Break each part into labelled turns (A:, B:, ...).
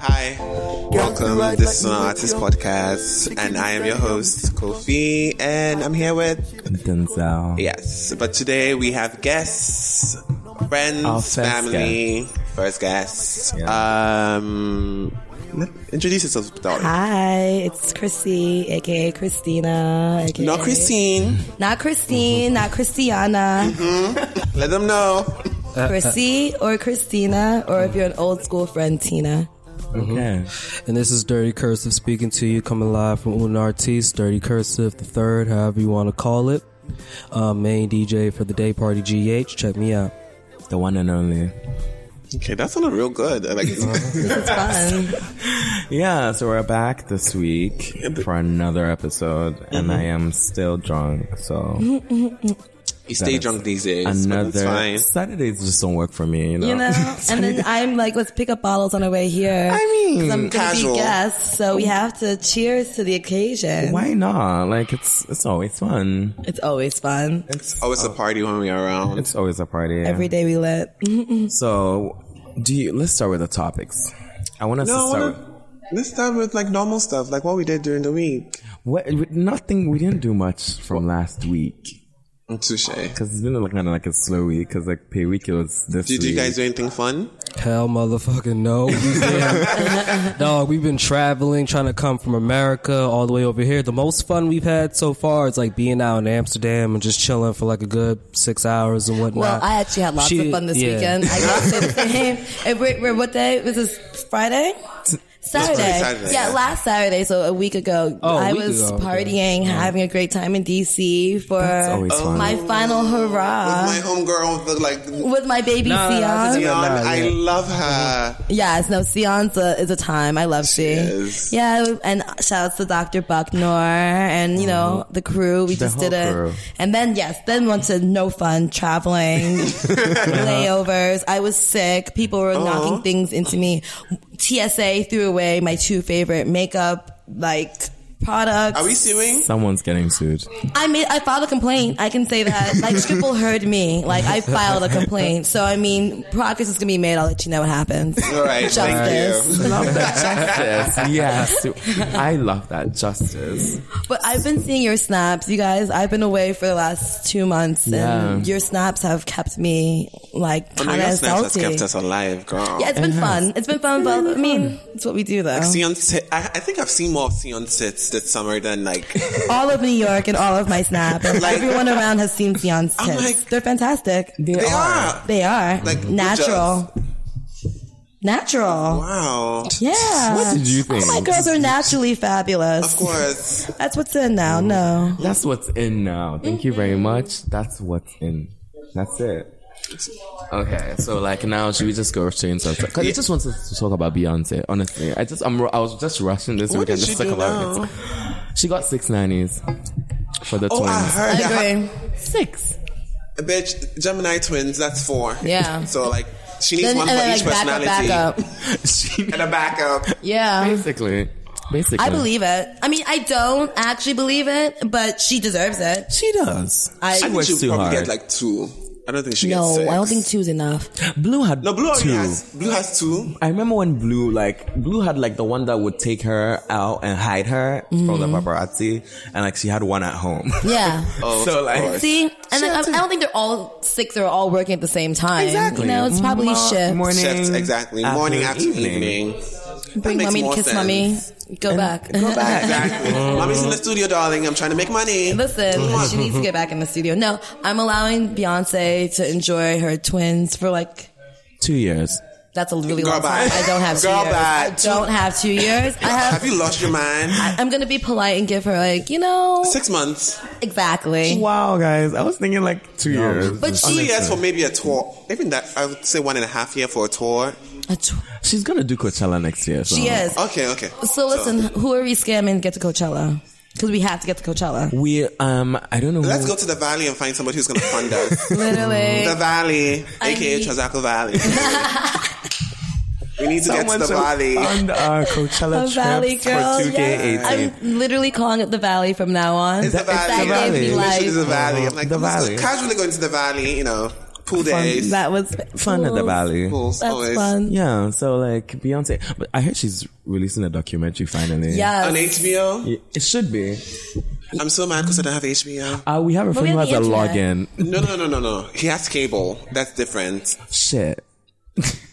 A: Hi, welcome. This is an artist podcast, and I am your host Kofi, and I'm here with
B: Denzel.
A: yes. But today we have guests, friends,
B: Our first
A: family, first guest. Um, let- introduce yourself, darling.
C: Hi, it's Chrissy, aka Christina. AKA
A: Not Christine.
C: Not Christine, not Christiana.
A: Let them know.
C: Chrissy or Christina, or if you're an old school friend, Tina.
B: Okay.
D: And this is Dirty Cursive speaking to you, coming live from Una Artis, Dirty Cursive the third, however you want to call it. Uh, main DJ for the day party GH. Check me out.
B: The one and only.
A: Okay, that sounded real good. I Like,
C: It's fun.
B: Yeah, so we're back this week for another episode,
A: Mm-hmm.
B: and I am still drunk, so
A: you stay drunk these days. Another. Mm-hmm. But
B: another.
A: that's fine.
B: Saturdays just don't work for me, you know?
C: You know? And then I'm like, let's pick up bottles on our way here.
A: I mean,
C: 'Cause I'm gonna
A: casual.
C: be guests, so we have to cheers to the occasion.
B: Why not? Like, it's it's always fun.
C: It's always fun.
B: It's,
A: Oh, it's a party when we are around.
B: it's always a party.
C: Every day we lit.
B: so, do you, let's start with the topics. I want us
A: No,
B: to
A: I
B: start
A: wanna- Let's start with like normal stuff, like what we did during the week.
B: with, what, with nothing, we didn't do much from last week.
A: Touche.
B: Cause it's been like kind of like a slow week. Cause like pay week it was this
A: Did
B: week.
A: you guys do anything fun?
D: Hell motherfucking no. We been- Dog, we've been traveling, trying to come from America all the way over here. The most fun we've had so far is like being out in Amsterdam and just chilling for like a good six hours and whatnot.
C: Well, I actually had lots
D: She-
C: of fun this
D: yeah.
C: weekend. I got to the same. If we're, we're, what day was this? Friday. Saturday.
A: Saturday,
C: yeah,
A: yeah.
C: last Saturday, so a week ago,
D: Oh, a
C: I
D: week
C: was
D: ago, okay.
C: partying, having a great time in DC for
B: always
A: Oh.
B: fun.
C: my final hurrah
A: My homegirl, the, like
C: Uh, with my baby
D: No, no, no,
C: Sion.
A: Dion,
D: nah,
A: I
D: yeah.
A: love her.
C: Yes, no, Sion's a, is a time. I love she.
A: is.
C: Yeah, and shouts to Dr. Bucknor and, you know, the crew. We
B: Oh. The
C: just did
B: whole
C: it.
B: crew.
C: And then, yes, then went to no fun traveling, layovers. I was sick. People were
B: Oh.
C: knocking things into me. TSA threw away my two favorite makeup, like, products.
A: Are we suing?
B: Someone's getting sued.
C: I made, I filed a complaint. I can say that. Like, Triple heard me. Like, I filed a complaint. So, I mean, progress is going to be made. I'll let you know what happens.
A: All right, thank
C: Justice.
A: you.
B: Love that justice. Yes, I love that justice.
C: But I've been seeing your snaps, you guys. I've been away for the last two months, and
B: Yeah.
C: your snaps have kept me like
A: Oh, no,
C: kind
A: your
C: of
A: snaps has
C: salty.
A: kept us alive, girl.
C: yeah, it's been fun. It's been fun, but I mean, it's what we do though.
A: Sion, Sit- I, I think I've seen more Sion sits this summer than like.
C: All of New York and all of my snap, and
A: Like-
C: everyone around has seen Sion's
A: I'm
C: tits.
A: like-
C: They're fantastic.
A: They are.
C: They are
A: Like, good
C: natural. Natural.
A: Wow.
C: Yeah.
B: What did you
A: oh
B: think?
C: Oh, my girls are naturally
A: Of
C: fabulous.
A: course.
C: That's what's in now. No.
B: That's what's in now. Thank you
A: Mm-hmm.
B: very much. That's what's in. That's it. Okay, so like now, should we just go straight into it? Because I just wanted to talk about Beyonce. Honestly, I just I'm, I was just rushing this
A: What
B: weekend
A: did
B: just
A: she
B: to talk
A: do
B: about
A: now?
B: it. She got six nannies for the
A: Oh, I
B: twins.
A: heard that.
C: agree.
B: Six.
A: Bitch, Gemini twins, that's four.
C: Yeah.
A: So, like, she needs
C: Then,
A: one
C: and
A: for
C: then
A: each
C: like back up,
A: personality.
C: back up.
B: She-
A: And a backup.
C: Yeah.
B: basically, basically,
C: I believe it. I mean, I don't actually believe it, but she deserves it.
B: She does.
C: I-
A: I
B: she
A: think
B: works
A: she'll
B: too
A: probably
B: hard.
A: get like two. I don't think she
C: No,
A: gets six.
C: I don't think two's enough.
B: Blue had
A: No, Blue already
B: two.
A: has. Blue has two.
B: I remember when Blue like Blue had like the one that would take her out and hide her from
C: Mm.
B: the paparazzi, and like she had one at home.
C: Yeah.
A: Oh,
B: so
A: of
B: like
A: course.
C: See, and then, I, I don't think they're all six are all working at the same time.
B: exactly,
C: You know, it's probably
B: Mo-
C: shift.
B: morning,
A: Shifts, exactly. Morning, afternoon, evening. That
C: Bring
A: makes
C: mommy to
A: more
C: kiss
A: sense.
C: mommy. Go back.
B: go back.
A: Exactly. Mommy's in the studio, darling. I'm trying to make money.
C: Listen, she needs to get back in the studio. No, I'm allowing Beyonce to enjoy her twins for like
B: Two years.
C: that's a really
A: Girl
C: long
A: bye.
C: time. I don't have two
A: Girl
C: years.
A: bye.
C: I don't have two years. I have.
A: Have you lost your mind?
C: I'm gonna be polite and give her like you know
A: Six months.
C: exactly.
B: Wow, guys, I was thinking like two years.
C: But
A: Two
C: she
A: years for maybe a tour. Even that, I would say one and a half year for a tour.
C: A tw-
B: she's gonna do Coachella next year. So.
C: She is.
A: Okay, okay.
C: So listen, who are we scamming to get to Coachella? Because we have to get to Coachella.
B: We um, I don't know. who-
A: Let's go to the valley and find somebody who's going to fund us. the
C: Literally.
A: valley,
C: I
A: aka
C: need-
A: Transaco Valley. we need to get to
B: Someone
A: the
B: should
A: valley.
B: fund our Coachella
C: The Valley
B: trips
C: Girl.
B: for 2K18.
C: yes. I'm literally calling it the Valley from now on.
A: It's the
B: That- it's
A: valley.
B: the
C: That gave me
B: valley.
A: Literally
C: life.
A: the valley. I'm
B: Oh,
A: like,
B: the
A: I'm just
B: valley.
A: casually going to the valley, you know. Pool days.
C: That was
B: Fun at the
C: Pools.
B: valley.
A: Pools,
C: That's
A: always.
C: fun.
B: Yeah, so like Beyonce, but I heard she's releasing a documentary finally.
C: Yes.
A: On HBO?
B: it should be.
A: I'm so mad because I don't have HBO.
B: Uh, we have a friend who
C: we
B: has a
C: have the
B: login.
A: No, no, no, no, no. He has cable. That's different.
B: Shit,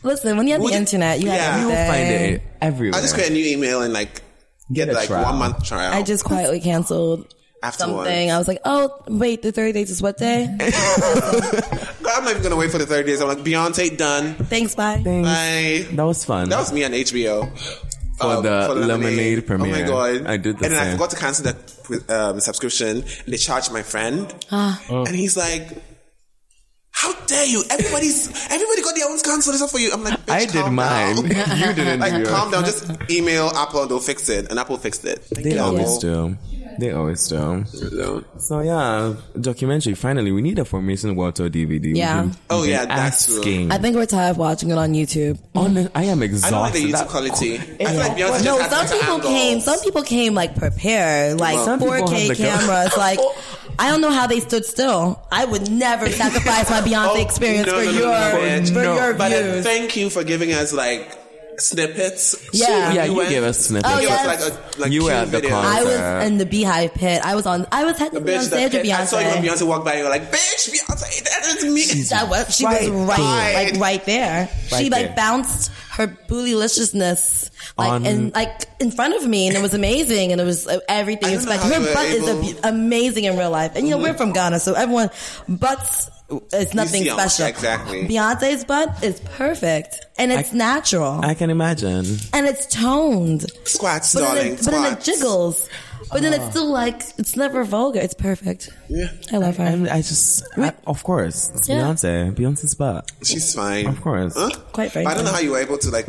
C: Listen, when you have
A: Would
C: the
A: you-
C: internet, you
A: Yeah.
C: have
A: We
B: you'll
A: will
C: everything.
B: find it everywhere.
A: I just create a new email and like get,
B: a
A: like
B: trial.
A: one month trial.
C: I just quietly canceled
A: afterwards.
C: something. I was like, oh, wait, the 30 days is what day?
A: God, I'm not even gonna wait for the 30 days. I'm like Beyonce done.
C: Thanks, bye.
B: Thanks.
A: Bye.
B: That was fun.
A: That was me on HBO
B: For
A: Uh,
B: the Lemonade premiere.
A: Oh my god!
B: I did the
A: and then I
B: same.
A: forgot to cancel that um, subscription. And they charged my friend,
C: Ah.
A: and he's like. How dare you? Everybody's everybody got their own cancel except for you. I'm like, bitch,
B: I did
A: calm
B: mine.
A: down.
B: you didn't.
A: like,
B: do it.
A: calm down. Just email Apple and they'll fix it. And Apple fixed it. Thank
B: They
A: you,
B: always
A: Apple.
B: do. They always do.
A: So-
B: So yeah, documentary. Finally, we need a formation world tour DVD.
C: Yeah.
B: We've been-
A: Oh,
B: we've
A: yeah,
B: been
A: that's true.
B: asking.
C: I think we're tired of watching it on YouTube.
B: Honest, I am
A: I don't like
B: exhausted.
A: the YouTube
B: That-
A: quality. I feel like Beyonce
C: No,
A: just
C: some
A: has better
C: people
A: angles.
C: came. Some people came like prepared, like
B: Some people have
C: 4K
B: the gun.
C: cameras. Like, I don't know how they stood still. I would never sacrifice my Beyonce
A: Oh,
C: experience
A: no,
C: for
A: no, no,
C: your
A: no, bitch.
C: for
B: No,
C: your
A: But then
C: views.
A: thank you for giving us like snippets.
C: Yeah.
B: Yeah,
A: You
B: you
A: went-
B: gave us snippets.
C: Oh,
A: Give
C: yeah.
A: us, like, a, like
B: You
A: cute
B: were at the
A: video.
B: concert.
C: I
B: Uh,
C: was in the Beehive pit. I was on. I was
A: The
C: technically on
A: bitch
C: stage
A: that
C: with
A: I saw you when
C: Beyonce.
A: Beyonce walked by. You were like, bitch, Beyonce, that is me.
C: That was, she
B: Right
C: was right,
A: there.
C: like right there.
B: Right
C: she like
B: there.
C: bounced her bootylicious like
B: On-
C: in like in front of me, and it was amazing, and it was uh, everything.
A: I
C: It's
A: don't know
C: like
A: how
C: her
A: you were
C: butt
A: able- Mm-hmm.
C: is a, amazing in real life, and you know we're from Ghana, so everyone butts. It's nothing
A: see 'em,
C: special.
A: exactly.
C: Beyonce's butt is perfect, and it's natural,
B: I can imagine.
C: and it's toned,
A: Squats,
C: but, then,
A: darling.
C: it, but then it
A: squats.
C: jiggles. But then it's
B: Oh.
C: still like it's never vulgar. It's perfect.
A: Yeah.
C: I love her.
B: I, I just, I, of course, it's
C: Yeah.
B: Beyonce. Beyonce's butt.
A: She's fine.
B: Of course.
A: Huh?
C: Quite
A: But I don't
C: frankly.
A: know how you were able to like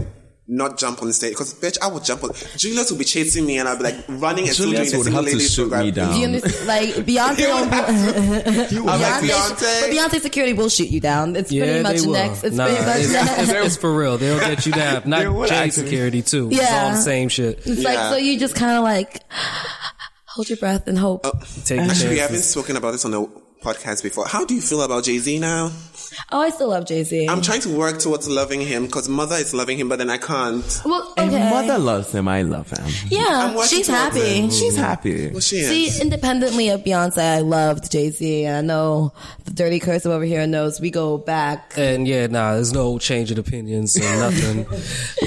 A: not jump on stage because bitch, I would jump on. Julius would be chasing me and I'd be like running and still doing
B: Julius
A: the
B: would
A: single
B: have to
A: ladies
B: shoot
A: program.
B: me down.
C: Do you understand? Like Beyonce,
A: You
C: don't,
A: would have to- I'm like
C: Beyonce,
A: Beyonce.
C: But Beyonce security will shoot you down. It's
D: Yeah,
C: pretty much
D: they will.
C: next. It's
D: nah,
C: pretty much
D: it's, it's,
C: next.
D: it's for real. They'll get you down.
B: They
D: Not
B: will
D: J
B: actually.
D: security too. It's
C: Yeah.
D: all the same shit.
C: It's like
A: Yeah.
C: so you just kind of like hold your breath and hope.
A: Oh.
D: Take your
A: Actually, we haven't
D: chances.
A: spoken about this on the podcast before. How do you feel about Jay Z now?
C: Oh, I still love Jay Z.
A: I'm trying to work towards loving him because mother is loving him, but then I can't.
C: Well,
B: If
C: okay.
B: mother loves him, I love him.
A: I'm
C: yeah,
A: working
C: she's
A: towards
C: happy.
B: She's happy.
A: Well, she is.
C: See, independently of Beyonce, I loved Jay Z. I know the dirty cursive over here knows we go back.
D: And yeah, nah, there's no change in opinions or nothing.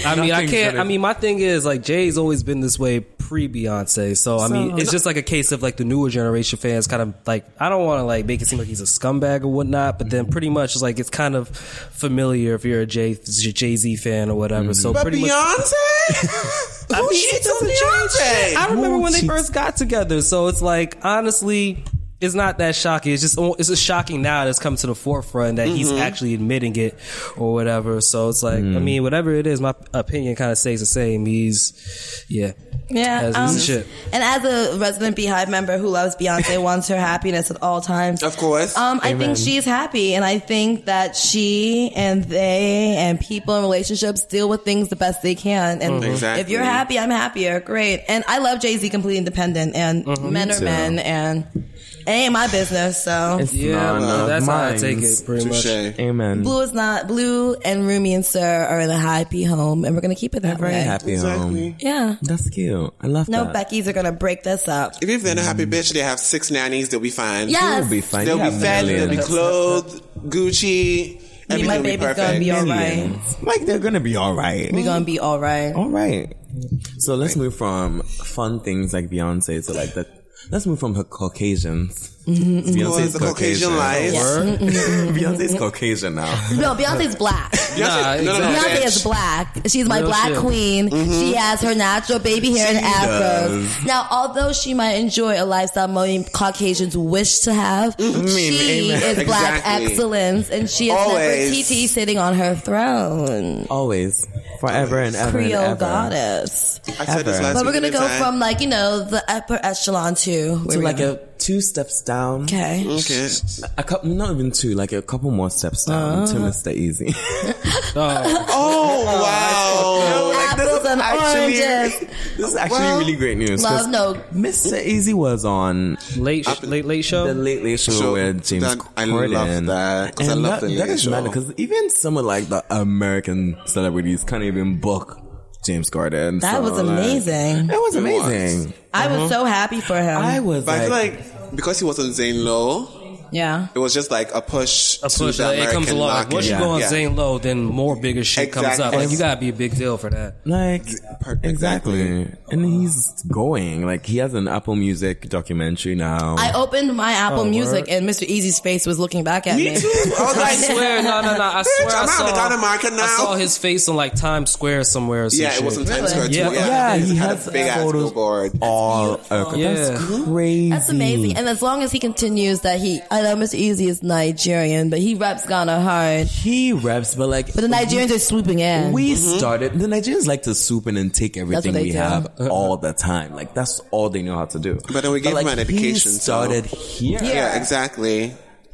D: I mean, I
B: Nothing's
D: can't.
B: gonna-
D: I mean, my thing is like Jay's always been this way pre Beyonce, so I mean, it's just like a case of like the newer generation fans kind of like I don't want to like make it seem like he's a scumbag or whatnot, but then pretty much it's like it's kind of familiar if you're a Jay Jay Z fan or whatever. So
A: But
D: pretty much.
A: Beyonce? Who cheats on Beyonce?
D: I remember when they
B: Jeez.
D: first got together. So it's like, honestly, it's not that shocking. It's just, it's just shocking now that it's come to the forefront that
A: Mm-hmm.
D: he's actually admitting it or whatever. So it's like, I mean, whatever it is, my opinion kind of stays the same. He's, yeah.
C: Yeah,
D: As
C: um,
D: he's shit.
C: and as a resident Beehive member who loves Beyonce, wants her happiness at all times.
A: Of course.
C: Um, I think she's happy, and I think that she and they and people in relationships deal with things the best they can. And
B: Mm-hmm.
A: Exactly.
C: if you're happy, I'm happier. Great. And I love Jay Z completely independent, and men are
B: Mm-hmm. too.
C: men, and it ain't my business. So
B: It's
D: Yeah,
B: none
D: well,
B: of
D: that's how I
B: mine.
D: take it pretty much.
A: Touche.
B: Amen.
C: blue is not blue, and Rumi and Sir are in a happy home, and we're gonna keep it that
B: Very
C: way.
B: happy home.
A: Exactly.
C: Yeah.
B: That's cute. I love
C: No,
B: that.
C: Becky's are gonna break this up.
A: If they're not happy, bitch, they have six nannies. They'll be fine.
C: Yes.
B: They'll be fine.
A: They'll
B: They
A: be
B: have
A: fed. They'll be
B: millions.
A: clothed. Gucci.
C: Me and
A: Everything
C: my
A: will be
C: baby's gonna
A: perfect.
C: be all right.
B: Millions. Like they're gonna be all right.
C: We're gonna be all right.
B: All right. So let's move from fun things like Beyonce to like the. Let's move from her Caucasians.
C: Mm-hmm,
A: Well, it's
B: Beyonce's
A: the Caucasian life.
B: Beyonce's Caucasian now.
C: No, Beyonce's black.
A: Beyonce, no, no, no,
C: Beyonce
A: bitch.
C: is black. She's my
D: Real
C: black
D: shit.
C: queen. She has her natural baby hair and
B: Oh, Mm-hmm. She
C: afros. Now, although she might enjoy a lifestyle many Caucasians wish to have, she
B: Mm-hmm. amen.
C: is black
A: Exactly.
C: excellence, and she is
A: Always.
C: Nefertiti sitting on her throne,
B: Always, forever and ever. and
C: Creole
B: ever.
C: goddess.
A: I said this
B: Ever.
A: last
C: But we're
A: week
C: gonna
A: in the
C: go
A: time.
C: from like you know the upper echelon to to? Where
B: So
C: we
B: like
C: going?
B: a two steps down.
C: okay.
A: Okay.
B: A couple, not even two, like a couple more steps down to
C: Uh-huh.
B: Mr. Easy.
D: Oh,
A: Oh,
B: Oh,
A: wow. Like, they
C: Apples
A: don't
C: and oranges.
B: this is actually
A: Well,
B: really great news. 'cause
C: Love no.
B: Mr. Easy was on
D: late, sh- late, late show.
B: the Late Late Show
A: So,
B: with James
A: that-
B: Corden.
A: I love that, 'cause I
B: And
A: love
B: that,
A: The
B: that
A: Late
B: doesn't matter
A: Show.
B: because even someone like the American celebrities can't even book James Corden.
C: That
B: so,
C: was
B: like, it
C: amazing.
B: was
A: It was.
B: amazing.
C: I was so happy for him.
B: I was
A: But I
B: like,
A: feel like because he wasn't Zane Lowe,
C: yeah.
A: it was just like a push.
D: a push.
A: To the
D: Like, it comes
A: American
D: along. Like,
A: market.
D: once you go on
A: Yeah.
D: Zane Low, then more bigger shit comes up.
A: Exactly.
D: Like you gotta be a big deal for that.
B: like
A: Per-
B: exactly. And he's going like he has an Apple Music documentary now.
C: I opened my Apple
D: Oh,
C: Music
D: word.
C: and Mr. Easy's face was looking back at me.
A: Me too. Oh, I was
D: I
A: like,
D: swear, no, no, no. I swear,
A: I'm
D: I
A: out of
D: saw,
A: the Ghana market
D: I
A: now.
D: saw his face on like Times Square somewhere. Or some
A: yeah, it
D: shit.
A: was in Times
C: Really?
A: Square too.
D: Yeah.
B: yeah, he
A: had a
B: has
A: big ass
B: photos
A: billboard.
B: all over.
D: Yeah.
B: That's crazy.
C: That's amazing. And as long as he continues that he, I know Mr. Easy is Nigerian, but he raps Ghana hard.
B: He reps, but like
C: But the Nigerians are swooping in.
B: We
A: Mm-hmm.
B: started. The Nigerians like to swoop in and take everything
C: they
B: we
C: do.
B: have all the time. Like that's all they know how to do.
A: But then we gave
B: like,
A: them an
B: he
A: education, so-
B: started here.
C: Yeah.
A: Yeah, exactly.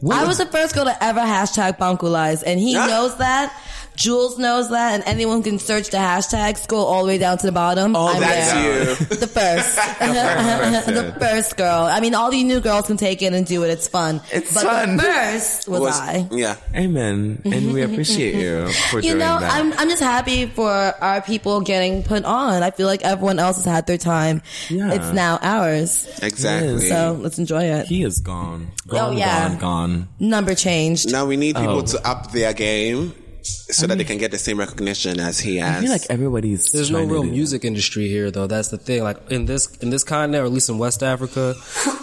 C: I was the first girl to ever hashtag Bankulize, and he
A: Yeah.
C: knows that. Jules knows that, and anyone who can search the hashtag, scroll all the way down to the bottom.
B: All
C: I'm
A: That's
C: there.
A: you.
C: The first. the first girl. I mean, all you new girls can take it and do it. It's fun.
B: It's
C: but
B: fun.
C: The first was,
A: Was-
C: I.
A: Yeah.
B: Amen, and we appreciate you for
C: You
B: doing
C: know,
B: that.
C: I'm I'm just happy for our people getting put on. I feel like everyone else has had their time.
B: Yeah.
C: It's now ours.
A: Exactly.
C: So let's enjoy it.
B: he is gone. gone
C: Oh, yeah.
B: Gone. Gone.
C: Number changed.
A: Now we need people
B: Oh.
A: to up their game so that they can get the same recognition as he has.
B: I feel like everybody's.
D: There's no
B: trying to
D: real
B: do that.
D: music industry here, though. That's the thing. Like in this in this continent, or at least in West Africa,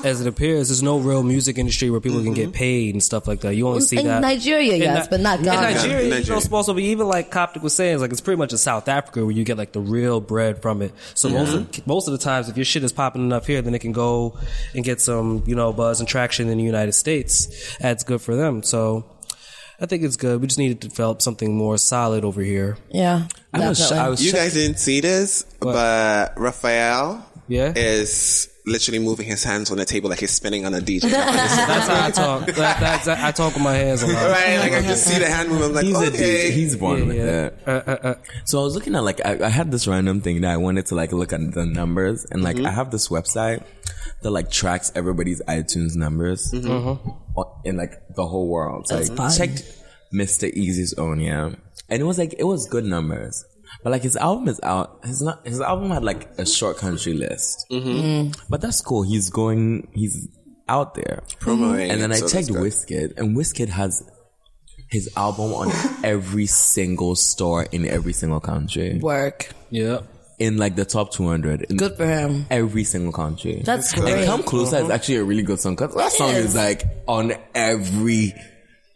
D: as it appears, there's no real music industry where people can
A: Mm-hmm.
D: get paid and stuff like that. You only see
C: in
D: that
C: Nigeria,
D: in
C: yes,
D: Ni-
C: but not Ghana.
D: In Nigeria,
A: Yeah,
D: you know,
A: Nigeria.
D: it's supposed to be even like Coptic was saying, it's like it's pretty much in South Africa where you get like the real bread from it. So most of, most of the times, if your shit is popping enough here, then it can go and get some you know buzz and traction in the United States. That's good for them. So. I think it's good. We just need to develop something more solid over here.
C: Yeah.
B: I was, sh-
C: definitely.
B: I was
A: you
B: shocked.
A: guys didn't see this, but Raphael
D: Yeah.
A: is literally moving his hands on the table like he's spinning on a DJ.
D: That's how I talk. That, that's, I talk with my hands a lot.
A: right? Like I can see the hand movement. I'm like,
B: He's a
A: okay.
B: DJ. He's born with
D: yeah.
B: that. So I was looking at like I, I had this random thing that I wanted to like look at the numbers and
A: Mm-hmm.
B: like I have this website that like tracks everybody's iTunes numbers
A: Mm-hmm.
B: o- in like the whole world. So I
C: fun.
B: checked Mr. Easy's own yeah, and it was like it was good numbers. But like his album is out. His not his album had like a short country list.
A: Mm-hmm.
B: But that's cool. He's going. He's out there.
A: Promoting
B: And then
A: it,
B: I
A: so that's
B: checked
A: good.
B: Wizkid, and Wizkid has his album on every single store in every single country.
C: work.
D: Yeah.
B: In like the top 200 in
C: Good for him.
B: every single country.
C: That's
B: And
C: great. Uh-huh.
B: Come Closer is actually a really good song because that
C: It
B: song is.
C: is.
B: like on every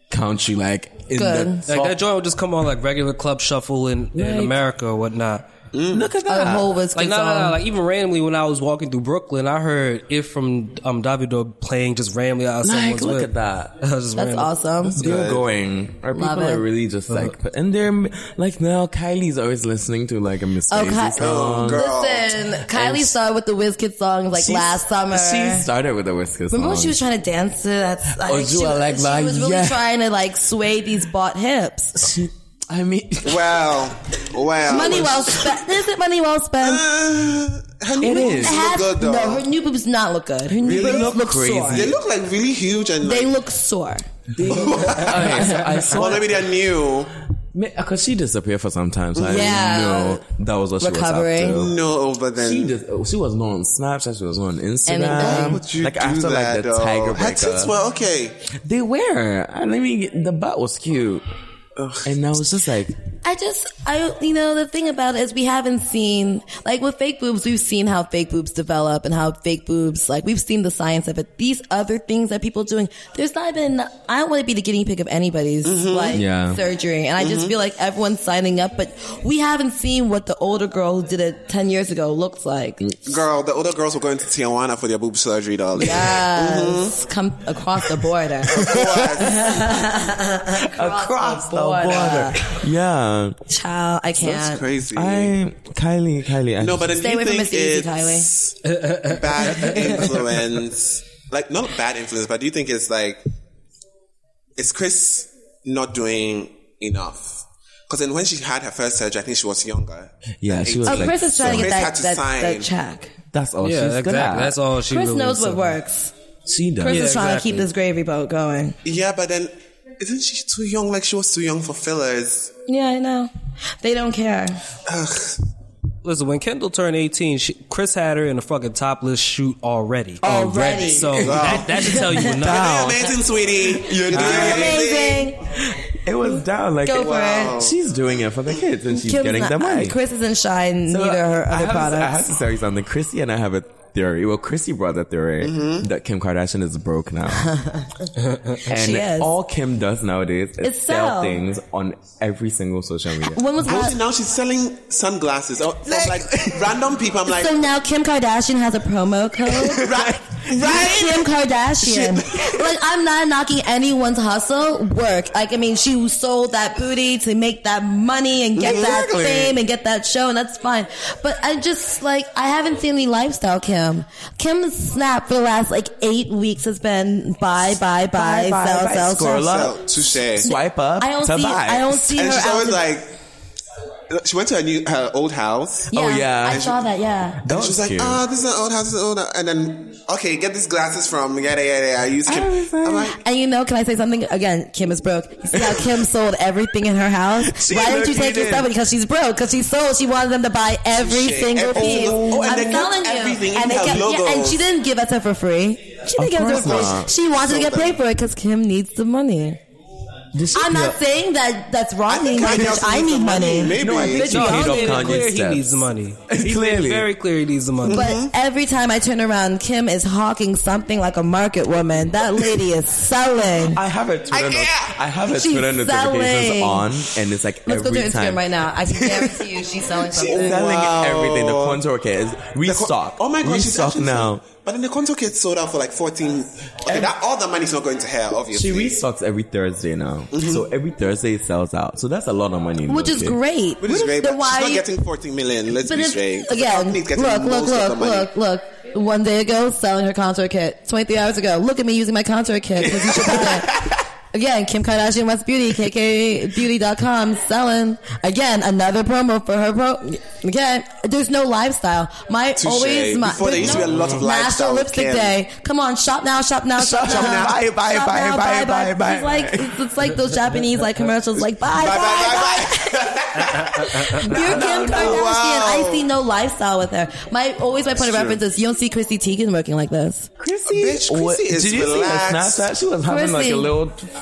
B: country, like in
C: Good.
B: the
D: Like
B: top.
D: that joint would just come on like regular club shuffle in, in America or whatnot.
B: Look at
C: The
B: that.
C: whole was
D: Like no, no, no. Like even randomly when I was walking through Brooklyn, I heard if from um Davido playing just randomly out of
B: Like,
D: someone's
B: look
D: whip.
B: at that.
D: That was just
C: That's
D: random.
C: awesome.
B: Still going. Our
C: Love
B: people
C: it.
B: are really just like, Uh-huh. and they're like now. Kylie's always listening to like a Miss
C: Oh,
B: Daisy
C: Ky-
B: song.
A: girl.
C: Listen, Kylie started with the WizKid songs like
B: She's-
C: last summer.
B: She started with a whiskers.
C: Remember when
B: song.
C: she was trying to dance to that? I
B: Oh,
C: think she,
B: do I like
C: she
B: my-
C: was really
B: yeah.
C: trying to like sway these bought hips.
B: She, I mean,
A: Wow. Wow.
C: Money well spent. Is it money well spent?
A: Uh, her new
B: It
A: boobs
B: is.
A: look
C: Have-
A: good though.
C: no, her new boobs not look good. Her new
A: Really?
C: boobs
A: Look
C: look
B: crazy.
A: they
C: sore.
A: look like really huge and
C: They
A: like,
C: look sore.
B: okay, so I
A: well,
B: saw
A: maybe they're new.
B: because she disappeared for some time. So
C: Yeah.
B: I know that was what she was up
C: Recovering.
B: to.
A: No, but
B: She
A: then
B: just, she was not on Snapchat. She was not on
C: Anything.
B: Instagram.
C: Why
A: would you
B: like
A: do
B: after
A: that,
B: like the
A: though?
B: tiger
A: Her tits
B: breakup,
A: were okay.
B: they were. I mean, the butt was cute, and I was just like,
C: I just, I, you know, the thing about it is we haven't seen, like with fake boobs, we've seen how fake boobs develop and how fake boobs, like we've seen the science of it. These other things that people are doing, there's not even, I don't want to be the guinea pig of anybody's,
A: Mm-hmm.
C: like,
B: Yeah.
C: surgery. And I just feel like everyone's signing up, but we haven't seen what the older girl who did it 10 years ago looks like.
A: Girl, the older girls were going to Tijuana for their boob surgery, darling.
C: Yes. Come across the border.
A: Of course.
C: across,
B: yeah. down.
C: Child, I
A: That's
C: can't.
A: crazy.
B: I Kylie, Kylie. I
A: no, but
C: Stay
A: do
C: away
A: you
C: from
A: think
C: Mr. Easy,
A: it's bad influence? Like not bad influence, but do you think it's like is Chris not doing enough? Because then when she had her first surgery, I think she was younger.
B: yeah, she was
C: Oh,
B: like.
C: Chris is trying to get
A: Chris
C: that,
A: had to
C: that, that
A: sign.
C: check.
B: that's all
D: Yeah,
B: she's good at.
D: exactly. That's all she
C: Chris
D: really
C: knows
D: is.
C: what works.
B: she does.
C: Chris
D: Yeah,
C: is trying to keep
D: exactly.
C: this gravy boat going.
A: Yeah, but then isn't she too young? Like she was too young for fillers.
C: Yeah, I know. They don't care.
D: Listen, when Kendall turned 18, she, Chris had her in a fucking topless shoot already.
C: Already.
D: So that, that should tell you enough.
A: You're amazing, sweetie. You're doing amazing.
C: Amazing.
B: It was down like
C: Go for
A: Wow.
C: it.
B: she's doing it for the kids and she's
C: Kim's
B: getting
C: not- uh,
B: the money.
C: Chris isn't shy in
B: So,
C: neither her
B: I
C: other
B: have, I have
C: products.
B: to tell you something. Chrissy and I have a theory. Well, Chrissy brought the theory
C: Mm-hmm.
B: that Kim Kardashian is broke now. and
C: She is.
B: all Kim does nowadays is
C: It's
B: sell
C: sell.
B: things on every single social media.
C: When was
A: Rosie,
C: that?
A: now she's selling sunglasses of of, like, random people. I'm like,
C: So now Kim Kardashian has a promo code.
A: right, right.
C: Kim Kardashian. like I'm not knocking anyone's hustle work. Like I mean, she sold that booty to make that money and get
A: Exactly.
C: that fame and get that show, and that's fine. But I just like I haven't seen the lifestyle Kim. Kim's snap for the last like eight weeks has been buy, buy, buy,
B: Bye,
C: sell,
B: bye,
C: sell,
B: scroll
C: sell.
B: up,
A: So, touche.
B: swipe up
C: I don't
B: to
C: see.
B: buy.
C: I don't see
A: And
C: her.
A: she's
C: out
A: always
C: there-
A: like, she went to her new her old house.
C: yeah,
B: Oh, yeah.
C: I saw that. Yeah.
B: That
A: She's
B: was
A: like,
B: cute.
A: ah, this is an old house, this is an old house. And then, okay, get these glasses from yada yada. yada. I use Kim.
B: was like-
A: I'm like,
C: And you know, can I say something? Again, Kim is broke. You see how Kim sold everything in her house?
B: She
C: Why didn't you
B: looked-
C: take
B: she
C: your
B: did.
C: stuff? Because she's broke. Because she sold. She wanted them to buy every
A: Shit.
C: single
A: And- oh,
C: piece.
A: oh, and
C: I'm
A: they kept
C: telling you.
A: everything,
C: and
A: even
C: kept-
A: her
C: yeah, and
A: logos.
C: she didn't give it to her for free. She
B: Of
C: didn't give it to her
B: course
C: for free.
B: not.
C: She wanted to
A: Sold
C: get paid for it because Kim needs the money.
B: Did she
C: I'm
B: pay
C: not
B: off-
C: saying that that's wrong. I,
A: Kanye
C: bitch,
A: also
C: I
A: needs
C: need
A: some
C: money.
A: Maybe.
B: No, I think she
C: Bitch,
B: paid
C: y'all
B: off
C: made it
D: clear
B: Kanye's
D: he needs the
B: steps.
D: money.
B: Clearly.
D: Very clear he needs the money.
C: But
A: Mm-hmm.
C: every time I turn around, Kim is hawking something like a market woman. That lady is selling.
B: I have a Twitter.
A: I
B: not-
A: can't.
B: I have a
C: She's
B: Twitter notifications
C: selling.
B: on, and it's like
C: Let's go
B: every
C: to Instagram
B: time.
C: right now. I can guarantee you she's selling something.
B: selling
A: Wow.
B: everything. The contour kit is restock.
A: Oh my god, she's
B: restock
A: actually-
B: now.
A: But then the contour kit sold out for like 14. Okay, that, all the money's not going to her, obviously.
B: She restocks every Thursday now, so every Thursday it sells out. So that's a lot of money, in
C: which
B: those
C: is
B: days.
C: great.
A: Which is great,
C: Then
A: but
C: why-
A: she's not getting 14 million. Let's
C: but
A: be
C: if-
A: straight. The
C: again,
A: company's getting
C: look, look,
A: most of the
C: look,
A: money.
C: look, look. One day ago, selling her concert kit. 23 hours ago, look at me using my concert kit. 'cause you should buy it. Again, Kim Kardashian West Beauty, kkbeauty.com, selling. Again, another promo for her pro. Again, there's no lifestyle. My
A: Touche.
C: always my
A: Before there
C: there's
A: used to be a
C: no
A: lot of lifestyle
C: National
A: with
C: Lipstick
A: Kim.
C: Day. Come on, shop now, shop now, shop,
B: Shop
C: now.
B: now, buy, buy,
C: Shop
B: buy,
C: now,
B: buy, buy, buy,
C: It's like it's, it's like those Japanese like commercials, like bye,
A: Bye, bye,
C: bye,
A: bye,
C: bye.
A: bye.
C: You're Kim Kardashian.
A: Wow.
C: I see no lifestyle with her. My always my point of
A: It's
C: reference is you don't see Chrissy Teigen working like this.
B: Chrissy,
A: Bitch, Chrissy is
B: did you
A: relaxed.
B: see her Snapchat? She was having like
C: Chrissy.
B: a little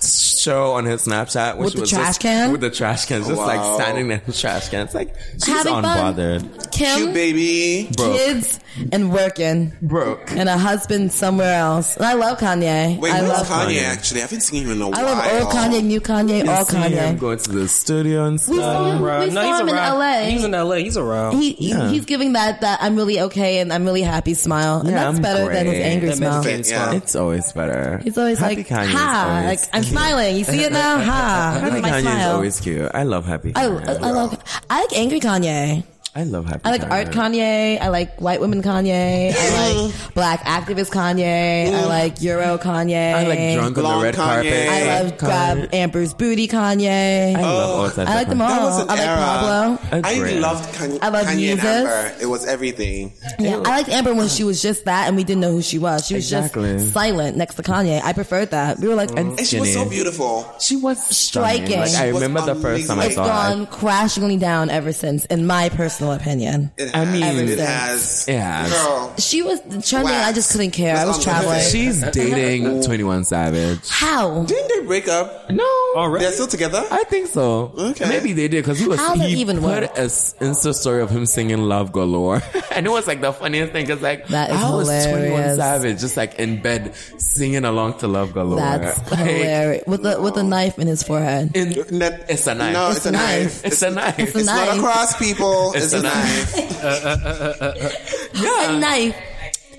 B: show on her Snapchat where
C: With
B: she
C: the
B: was
C: trash
B: just,
C: can?
B: with the trash can, just
A: Wow.
B: like standing in the trash can. It's like she's
C: Having fun.
B: unbothered,
A: Cute
C: Kim,
A: baby.
B: broke.
C: kids, and working,
B: broke.
C: and a husband somewhere else. And I love Kanye.
A: Wait,
C: I
A: where's
C: love.
A: Kanye,
B: Kanye.
A: actually? I haven't seen him in a while.
C: I love old Kanye, new Kanye, all
B: See him
C: Kanye.
B: going to the studio and
C: We
B: stuff.
C: saw him, we
D: No, he's
C: saw him in
D: around.
C: LA.
D: He's in LA. He's around.
C: he, he- he's giving that that I'm really okay and I'm really happy smile, and
B: Yeah,
C: that's
B: I'm
C: better than his
B: great.
C: angry
D: That
C: smile.
D: medicated
A: Yeah.
D: smile.
B: It's always better.
C: He's always
B: Happy
C: like,
B: Kanye's
C: "Ha!"
B: always-
C: Like I'm smiling. You see it now? Ha!
B: Happy
C: That's my
B: Kanye is
C: smile.
B: always cute. I love Happy.
C: I,
B: Kanye.
C: I love. I like angry Kanye.
B: I love Happy.
C: I like
B: Kanye.
C: art Kanye. I like white women Kanye. I like black activist Kanye. I like Euro Kanye.
B: I like drunk on the
A: Blonde
B: red carpet. Oh,
A: Kanye.
C: I love grab Amber's booty Kanye.
B: I
C: I,
B: love all types.
C: like
B: of
C: them all.
B: Kanye.
A: That was an
C: I like
A: era.
C: Oh, Pablo.
B: I
A: I
B: agree.
A: loved Kanye,
C: I love
A: Kanye
C: Jesus.
A: and Amber. It was everything.
C: Yeah, I liked Amber when she was just that, and we didn't know who she was. She was
B: Exactly.
C: just silent next to Kanye. I preferred that. We were like,
B: And
A: And she was so
B: skinny.
A: beautiful.
B: She was stunning.
C: Striking.
B: Like, I
A: She was
B: remember the first time I
A: amazing.
C: it's
B: saw her.
C: gone crashingly down ever since, in my personal opinion.
A: It
B: I
A: has-
B: mean-
A: it has.
B: It has.
A: Girl.
C: She was trending. and I just couldn't care. I was
A: That's all I'm gonna
C: traveling.
B: I-
A: say.
B: She's dating Twenty One Savage.
C: How?
A: Didn't they break up?
B: No,
D: Already?
A: They're still together?
B: I think so.
A: Okay.
B: Maybe they did because he was
C: How
B: he
C: that even
B: put
C: work?
B: a s- Insta story of him singing "Love Galore," and it was like the funniest thing because like
C: That is
B: how is Twenty One
C: hilarious.
B: Savage just like in bed singing along to "Love Galore"?
C: That's
B: Like,
C: hilarious. With a with a knife in his forehead.
B: in-
A: That-
B: it's a knife.
A: No, it's, a knife.
B: It's a knife.
C: It's a
A: It's not a
C: Knife.
A: cross, people. It's, a
B: a
A: knife.
B: knife.
C: A knife.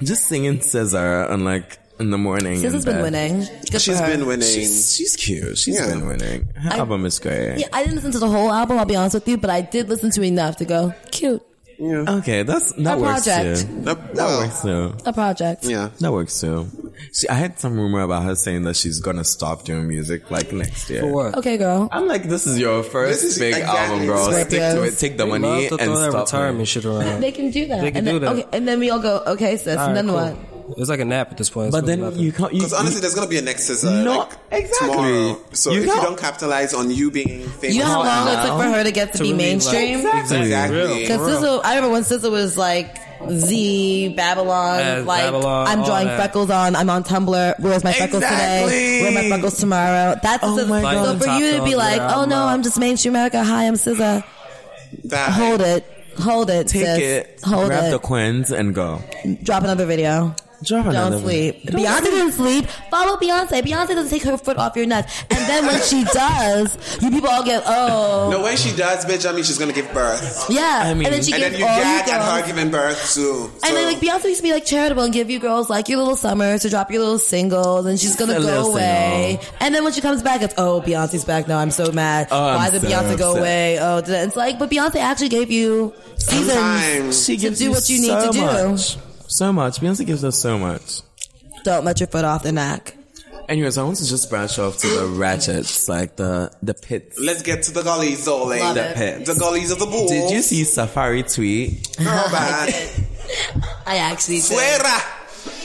B: Just singing Scissor and like in the morning.
C: This has been winning. Good
A: She's
C: for her.
A: been winning.
B: She's, she's cute. She's
A: Yeah.
B: been winning. Her album is great.
C: Yeah, I didn't listen to the whole album. I'll be honest with you, but I did listen to enough to go cute.
B: Okay, that's that
C: Her
B: works
C: project.
B: too.
A: that,
B: That
A: well,
B: works too.
C: A project.
A: yeah.
B: That works too. She, I had some rumor about her saying that she's gonna stop doing music like next year.
D: For what?
C: Okay, girl.
B: I'm like, this is your first
A: This is
B: big
A: exactly-
B: album, girl.
C: Scorpios.
B: Stick to it. Take the
D: They
B: money
D: love to
B: and
D: throw that
B: stop.
D: retirement shit around.
C: They can do that.
D: They can
C: and
D: do
C: then,
D: that.
C: Okay, and then we all go, okay, sis.
D: All right,
C: and then
D: cool.
C: what?
D: It's like a nap at this point. It's
B: But
D: really
B: then
D: nothing.
B: you can't. You,
A: Because honestly, there's going to be a nexus. Uh,
B: Mm-hmm. No,
A: like,
B: exactly.
A: Tomorrow. So
B: You
A: if you
B: know-
A: don't capitalize on you being famous,
C: You know how long
B: now.
C: it took for her to get to, be
D: really, like,
C: mainstream?
B: you,
A: exactly.
C: Because SZA, I remember when SZA was like Z Babylon,
D: Yeah,
C: like
D: Babylon,
C: I'm
D: all
C: drawing
D: that.
C: freckles on, I'm on Tumblr. Where's my freckles
B: Exactly.
C: today? Where are my freckles tomorrow? That's
B: Oh
C: SZA.
B: my God.
C: so for
D: Top
C: you to
D: dog,
C: be like,
D: yeah,
C: oh
D: I'm
C: no,
D: out.
C: I'm just mainstream America. Hi, I'm SZA.
A: That-
C: Hold it, hold it,
B: Take
C: sis.
B: it.
C: hold
B: grab
C: it.
B: the quins and go.
C: Drop another video.
B: Drop another
C: Don't
B: one.
C: sleep.
B: Don't
C: Beyonce doesn't sleep. Follow Beyonce. Beyonce doesn't take her foot off your nuts. And then when she does, you people all get oh
A: No, when she does, bitch, I mean, she's going to give birth.
C: yeah.
B: I mean-
C: and then she
A: and
C: gives
A: then you
C: all
A: gag
C: you
A: at
C: girls-
A: her giving birth, too.
C: And
A: So-
C: then, like Beyonce used to be like charitable and give you girls like your little summers to drop your little singles, and she's gonna
B: A
C: go
B: little
C: away. And then when she comes back, it's oh Beyonce's back now. I'm so mad.
B: Oh,
C: Why
B: I'm
C: did
B: so
C: Beyonce go
B: upset.
C: away? Oh, did it's like, but Beyonce actually gave you seasons
A: Time.
B: She
C: to
B: gives
C: do
B: you
C: what you need
B: so
C: to do.
B: much. So much. Beyonce gives us so much.
C: Don't let your foot off the neck.
B: Anyways, I want to just branch off to the ratchets, like the the pits.
A: Let's get to the gullies, darling.
C: Love
A: the,
C: it.
B: pits.
A: the gullies of the bull.
B: Did you see Safari tweet?
A: Girl, bad.
C: I actually did.
A: Fuera.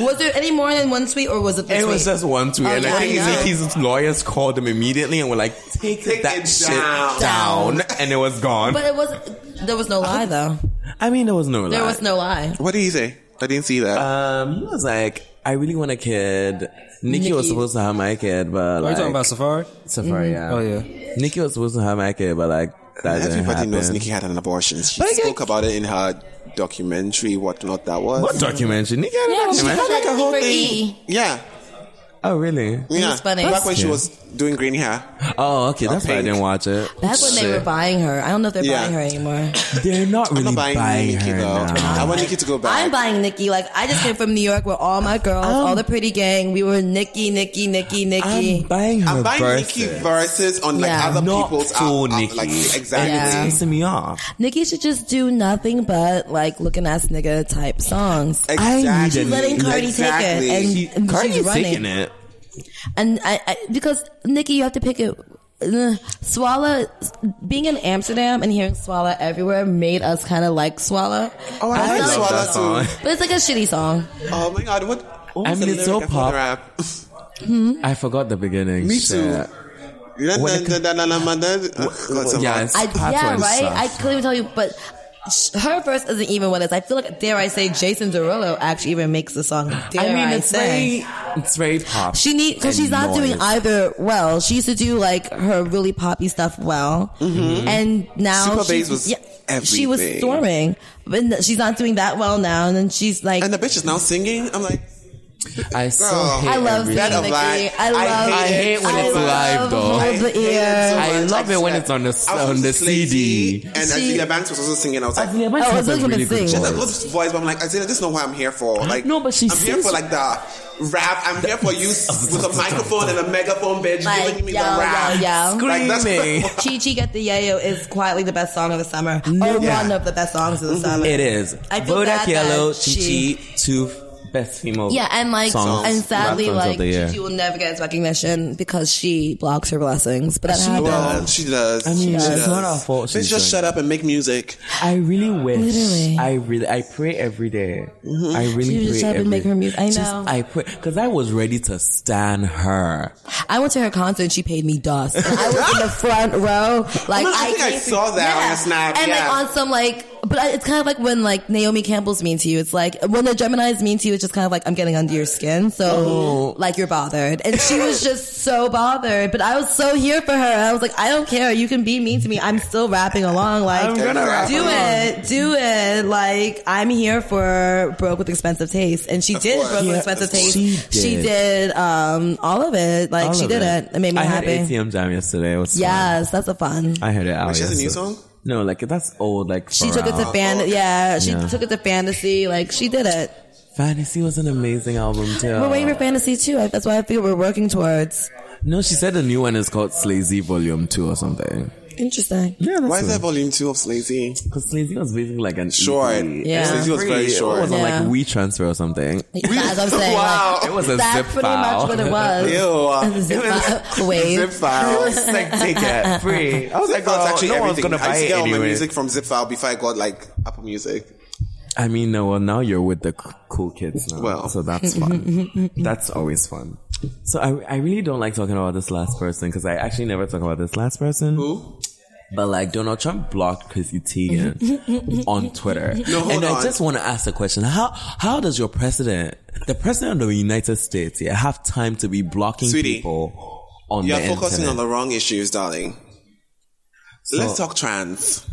C: Was there any more than one tweet, or was it? The
B: It
C: tweet?
B: was just one tweet,
C: Oh,
B: and
C: yeah,
B: I think
C: I know.
B: his, his lawyers called him immediately and were like, "Take,
A: Take
B: that
A: it
B: shit
A: down.
B: down. and it was gone.
C: But it was. There was no lie though.
B: I mean, there was no.
C: There
B: lie.
C: was no lie.
A: What did he say? I didn't see that.
B: Um, he was like, "I really want a kid." Nikki, was
C: Nicki.
B: supposed to have my kid, but
D: Are
B: like,
D: you talking about Safari?
B: Safari? Yeah.
D: Oh, yeah.
B: Nikki was supposed to have my kid, but like that didn't
A: Everybody
B: happen.
A: knows Nikki had an abortion. She
B: But I
A: spoke
B: get-
A: about it in her documentary, whatnot that was.
B: What documentary? Nikki had a
C: Yeah, she
B: documentary?
C: had
A: Like a whole
C: For
A: thing.
C: E.
A: Yeah.
B: Oh, really?
A: Yeah.
C: was funny.
A: Back when she
B: Yeah.
A: was doing green hair.
B: Oh, okay. That's why I
A: pink.
B: didn't watch it.
C: That's when they were
B: Shit.
C: buying her. I don't know if they're
A: Yeah.
C: buying her anymore.
B: They're not really
A: I'm not buying,
B: buying,
A: Nikki
B: her
A: though.
B: now.
A: I want Nikki to go back.
C: I'm buying Nikki. Like I just came from New York where all my girls, all the pretty gang, we were Nikki, Nikki, Nikki,
B: I'm
C: Nikki.
B: buying her
A: I'm buying
B: verses.
A: Nikki verses on like
C: Yeah.
A: other
B: Not
A: people's
B: full
A: al- al-
B: Nikki.
A: Like
C: Yeah.
A: exactly.
B: It's pissing me off.
C: Nikki should just do nothing but like looking ass nigga type songs.
B: I need
A: Exactly.
B: a-
C: Letting Cardi
A: exactly.
C: take it and,
B: She,
C: and
B: Cardi's
C: she's running.
B: taking it.
C: And I, I because Nikki, you have to pick it. Ugh. Swalla, being in Amsterdam and hearing Swalla everywhere made us kind of like Swalla.
A: Oh, I,
C: I
A: like
C: love
A: Swalla
B: that song.
A: too.
C: But it's like a shitty song.
A: Oh my god, what? what
B: I
A: was
B: mean,
A: the
B: it's so
A: lyric I forgot
B: pop.
A: to rap?
B: I forgot the beginning.
A: Me
B: Shit.
A: too. Yeah,
B: When it
A: it's
B: Yeah, it's
C: I,
B: part
C: yeah,
B: one
C: right?
B: stuff.
C: I couldn't even tell you, but sh- her verse isn't even what it is. I feel like, dare I say, Jason Derulo actually even makes the song. Dare I,
B: I mean, it's
C: say.
B: very, it's very pop.
C: she need because she's not
B: and
C: doing
B: noise.
C: either well. She used to do like her really poppy stuff well, and now
A: Super
C: she,
A: Bass Mm-hmm. was
C: she was
A: everything.
C: storming, but n- she's not doing that well now. And then she's like,
A: And the bitch is now singing. I'm like,
B: I so
A: Girl.
B: hate
C: I love
B: everything.
A: That
C: seeing
A: of
C: Nikki.
A: lie.
C: I
A: I
C: love.
A: hate
B: it. I hate when it's
C: love
B: live, though.
C: Hold
A: I
C: the
A: hate it so
C: ear.
B: I
A: much.
B: love it when
A: swear.
B: it's on the-
A: I was
B: on the
A: Slay
B: CD.
A: And Azealia Banks was also singing. I was like,
B: Azealia Banks
C: Oh,
B: has a
C: Azealia
B: really
C: can
B: good
C: sing.
A: She's a
B: voice.
A: good voice, but I'm like, Azalea, this is not what I'm here for. Like,
B: No, but she
A: I'm here
B: sings-
A: for like the rap. I'm here for you s- with a microphone and a megaphone, bitch,
C: Like,
A: giving me
C: yo,
A: the rap.
C: yo, yo.
A: Like, that's-
B: Screaming.
C: Chi Chi Get the Yayo is quietly the best song of the summer. Or
A: Yeah. Mm-hmm.
C: one of the best songs of the summer.
B: It is.
C: I feel bad
B: Bodak Yellow,
C: that she-
B: Chi Chi, two f- best female.
C: Yeah, and like,
B: songs,
C: and sadly,
B: rap songs
C: like,
B: of the year.
C: Chi Chi will never get its recognition because she blocks her blessings. But that
B: She
C: happens.
A: well, she does. I
B: mean,
A: she
B: it's
A: does.
B: not our fault
A: Bitch,
B: she's
A: just
B: doing Oh,
A: shut up and make music.
B: I really wish.
C: Literally. Mm-hmm.
B: I really, I pray every day. I really
C: She
B: pray
C: was just trying
B: every
C: to make her music. I
B: Just-
C: know.
B: I pray because I was ready to stand her.
C: I went to her concert and she paid me dust. And I was in the front row. Like
A: I think I
C: came-
A: saw that on the snap,
C: And
A: yeah.
C: like on some like, but I, it's kind of like when like Naomi Campbell's mean to you. It's like when the Gemini's mean to you. It's just kind of like I'm getting under your skin, so
A: Oh.
C: like you're bothered. And she was just so bothered. But I was so here for her. I was like, I don't care. You can be mean to me. I'm still rapping along. Like
B: I'm gonna rap
C: do
A: along.
C: it, do it. Like I'm here for broke with expensive taste, and she did
A: course.
C: broke with
A: Yeah,
C: expensive
A: of course.
C: taste.
B: She
C: She
B: did.
C: did um all of it. Like
B: All
C: she
B: of
C: did it. it. made me
B: I
C: happy.
B: had ATM jam yesterday. It was fun.
C: Yes, that's a fun.
B: I heard it out.
A: she has a new
B: yesterday.
A: song?
B: No, like that's old. Like
C: She took it to
B: Pharrell.
C: fan.
A: Oh, okay.
C: Yeah, she
B: Yeah.
C: took it to fantasy. Like she did it.
B: Fantasy was an amazing album too.
C: We're waiting for Fantasy too. I- That's what I feel we're working towards.
B: No, she said the new one is called Slazy Volume Two or something.
C: Interesting.
B: Yeah, that's
A: Why is there volume two of Slazy?
B: Because Slazy was basically like an
A: Short.
B: EP.
C: Yeah.
A: Slazy was very
B: It
A: short.
B: was on
C: Yeah.
B: like We Transfer or something.
C: That's what I'm saying.
A: Wow.
C: Like,
B: It was a
C: that's
B: zip
C: pretty
B: file.
C: much what it was.
A: Ew.
C: A zip file. Wave.
A: Zip file.
B: like take it free. I was
A: Zip file's actually
B: Oh, no one's
A: everything.
B: gonna
A: I
B: buy
A: used to
B: it
A: get all my
B: anyway.
A: music from Zip file before I got like Apple Music.
B: I mean, no, well, now you're with the c- cool kids now.
A: Well.
B: so that's fun. that's always fun. So I, I really don't like talking about this last person because I actually never talk about this last person.
A: Who?
B: But like Donald Trump blocked Chrissy Teigen on Twitter,
A: hold
B: and I
A: on.
B: just want to ask a question: how how does your president, the president of the United States, yeah, have time to be blocking
A: Sweetie,
B: people on
A: You're
B: the
A: focusing
B: internet?
A: on the wrong issues, darling. Let's talk trans.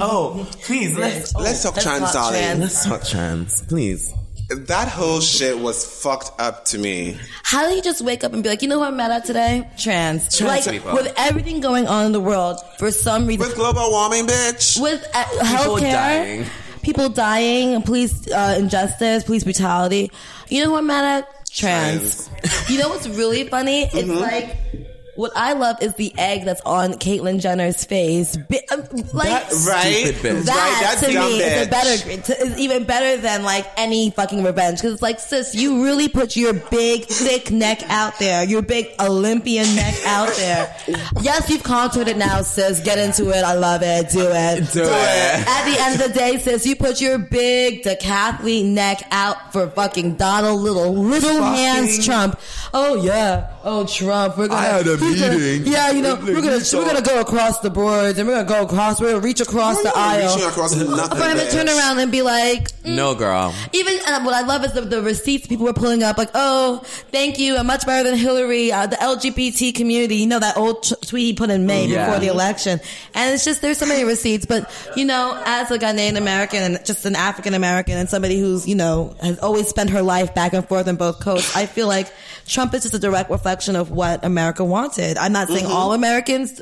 B: oh, please let's
A: Let's talk
C: Let's
A: trans,
C: talk
A: darling.
C: trans.
B: let's talk trans, please.
A: That whole shit was fucked up to me.
C: How do you just wake up and be like, you know who I'm mad at today? Trans.
B: Trans
C: like,
B: people.
C: with everything going on in the world, for some reason,
A: With global warming, bitch.
C: with uh, healthcare,
B: dying.
C: people dying, police uh, injustice, police brutality. You know who I'm mad at? Trans. you know what's really funny? It's like what I love is the egg that's on Caitlyn Jenner's face. Bi- um, Like
A: right?
B: Stupid bitch.
A: Right,
C: that
A: that's
C: to
A: dumb
C: me is
A: bitch.
C: a better, is even better than like any fucking revenge. Because it's like, sis, you really put your big thick neck out there, your big Olympian neck out there. Yes, you've contoured it now, sis. Get into it. I love it. Do it.
B: Do it.
C: At the end of the day, sis, you put your big decathlete neck out for fucking Donald Little, little hands Trump. Oh yeah, oh Trump. We're gonna.
B: I had a
C: he's gonna-
B: meeting.
C: yeah, you know,
B: With
C: we're gonna
B: Lisa.
C: we're gonna go across the boards and we're gonna go across. We're gonna reach across the aisle.
A: Reaching across nothing.
C: For him to
A: bitch.
C: turn around and be like, mm.
B: No, girl.
C: even and what I love is the, the receipts people were pulling up, like, oh, thank you, I'm much better than Hillary, uh, the LGBT community. You know that old t- tweet he put in May
B: Yeah.
C: before the election, and it's just there's so many receipts. But you know, as a Ghanaian American and just an African American and somebody who's you know has always spent her life back and forth on both coasts, I feel like Trump is just a direct reflection of what America wanted. I'm not saying all Americans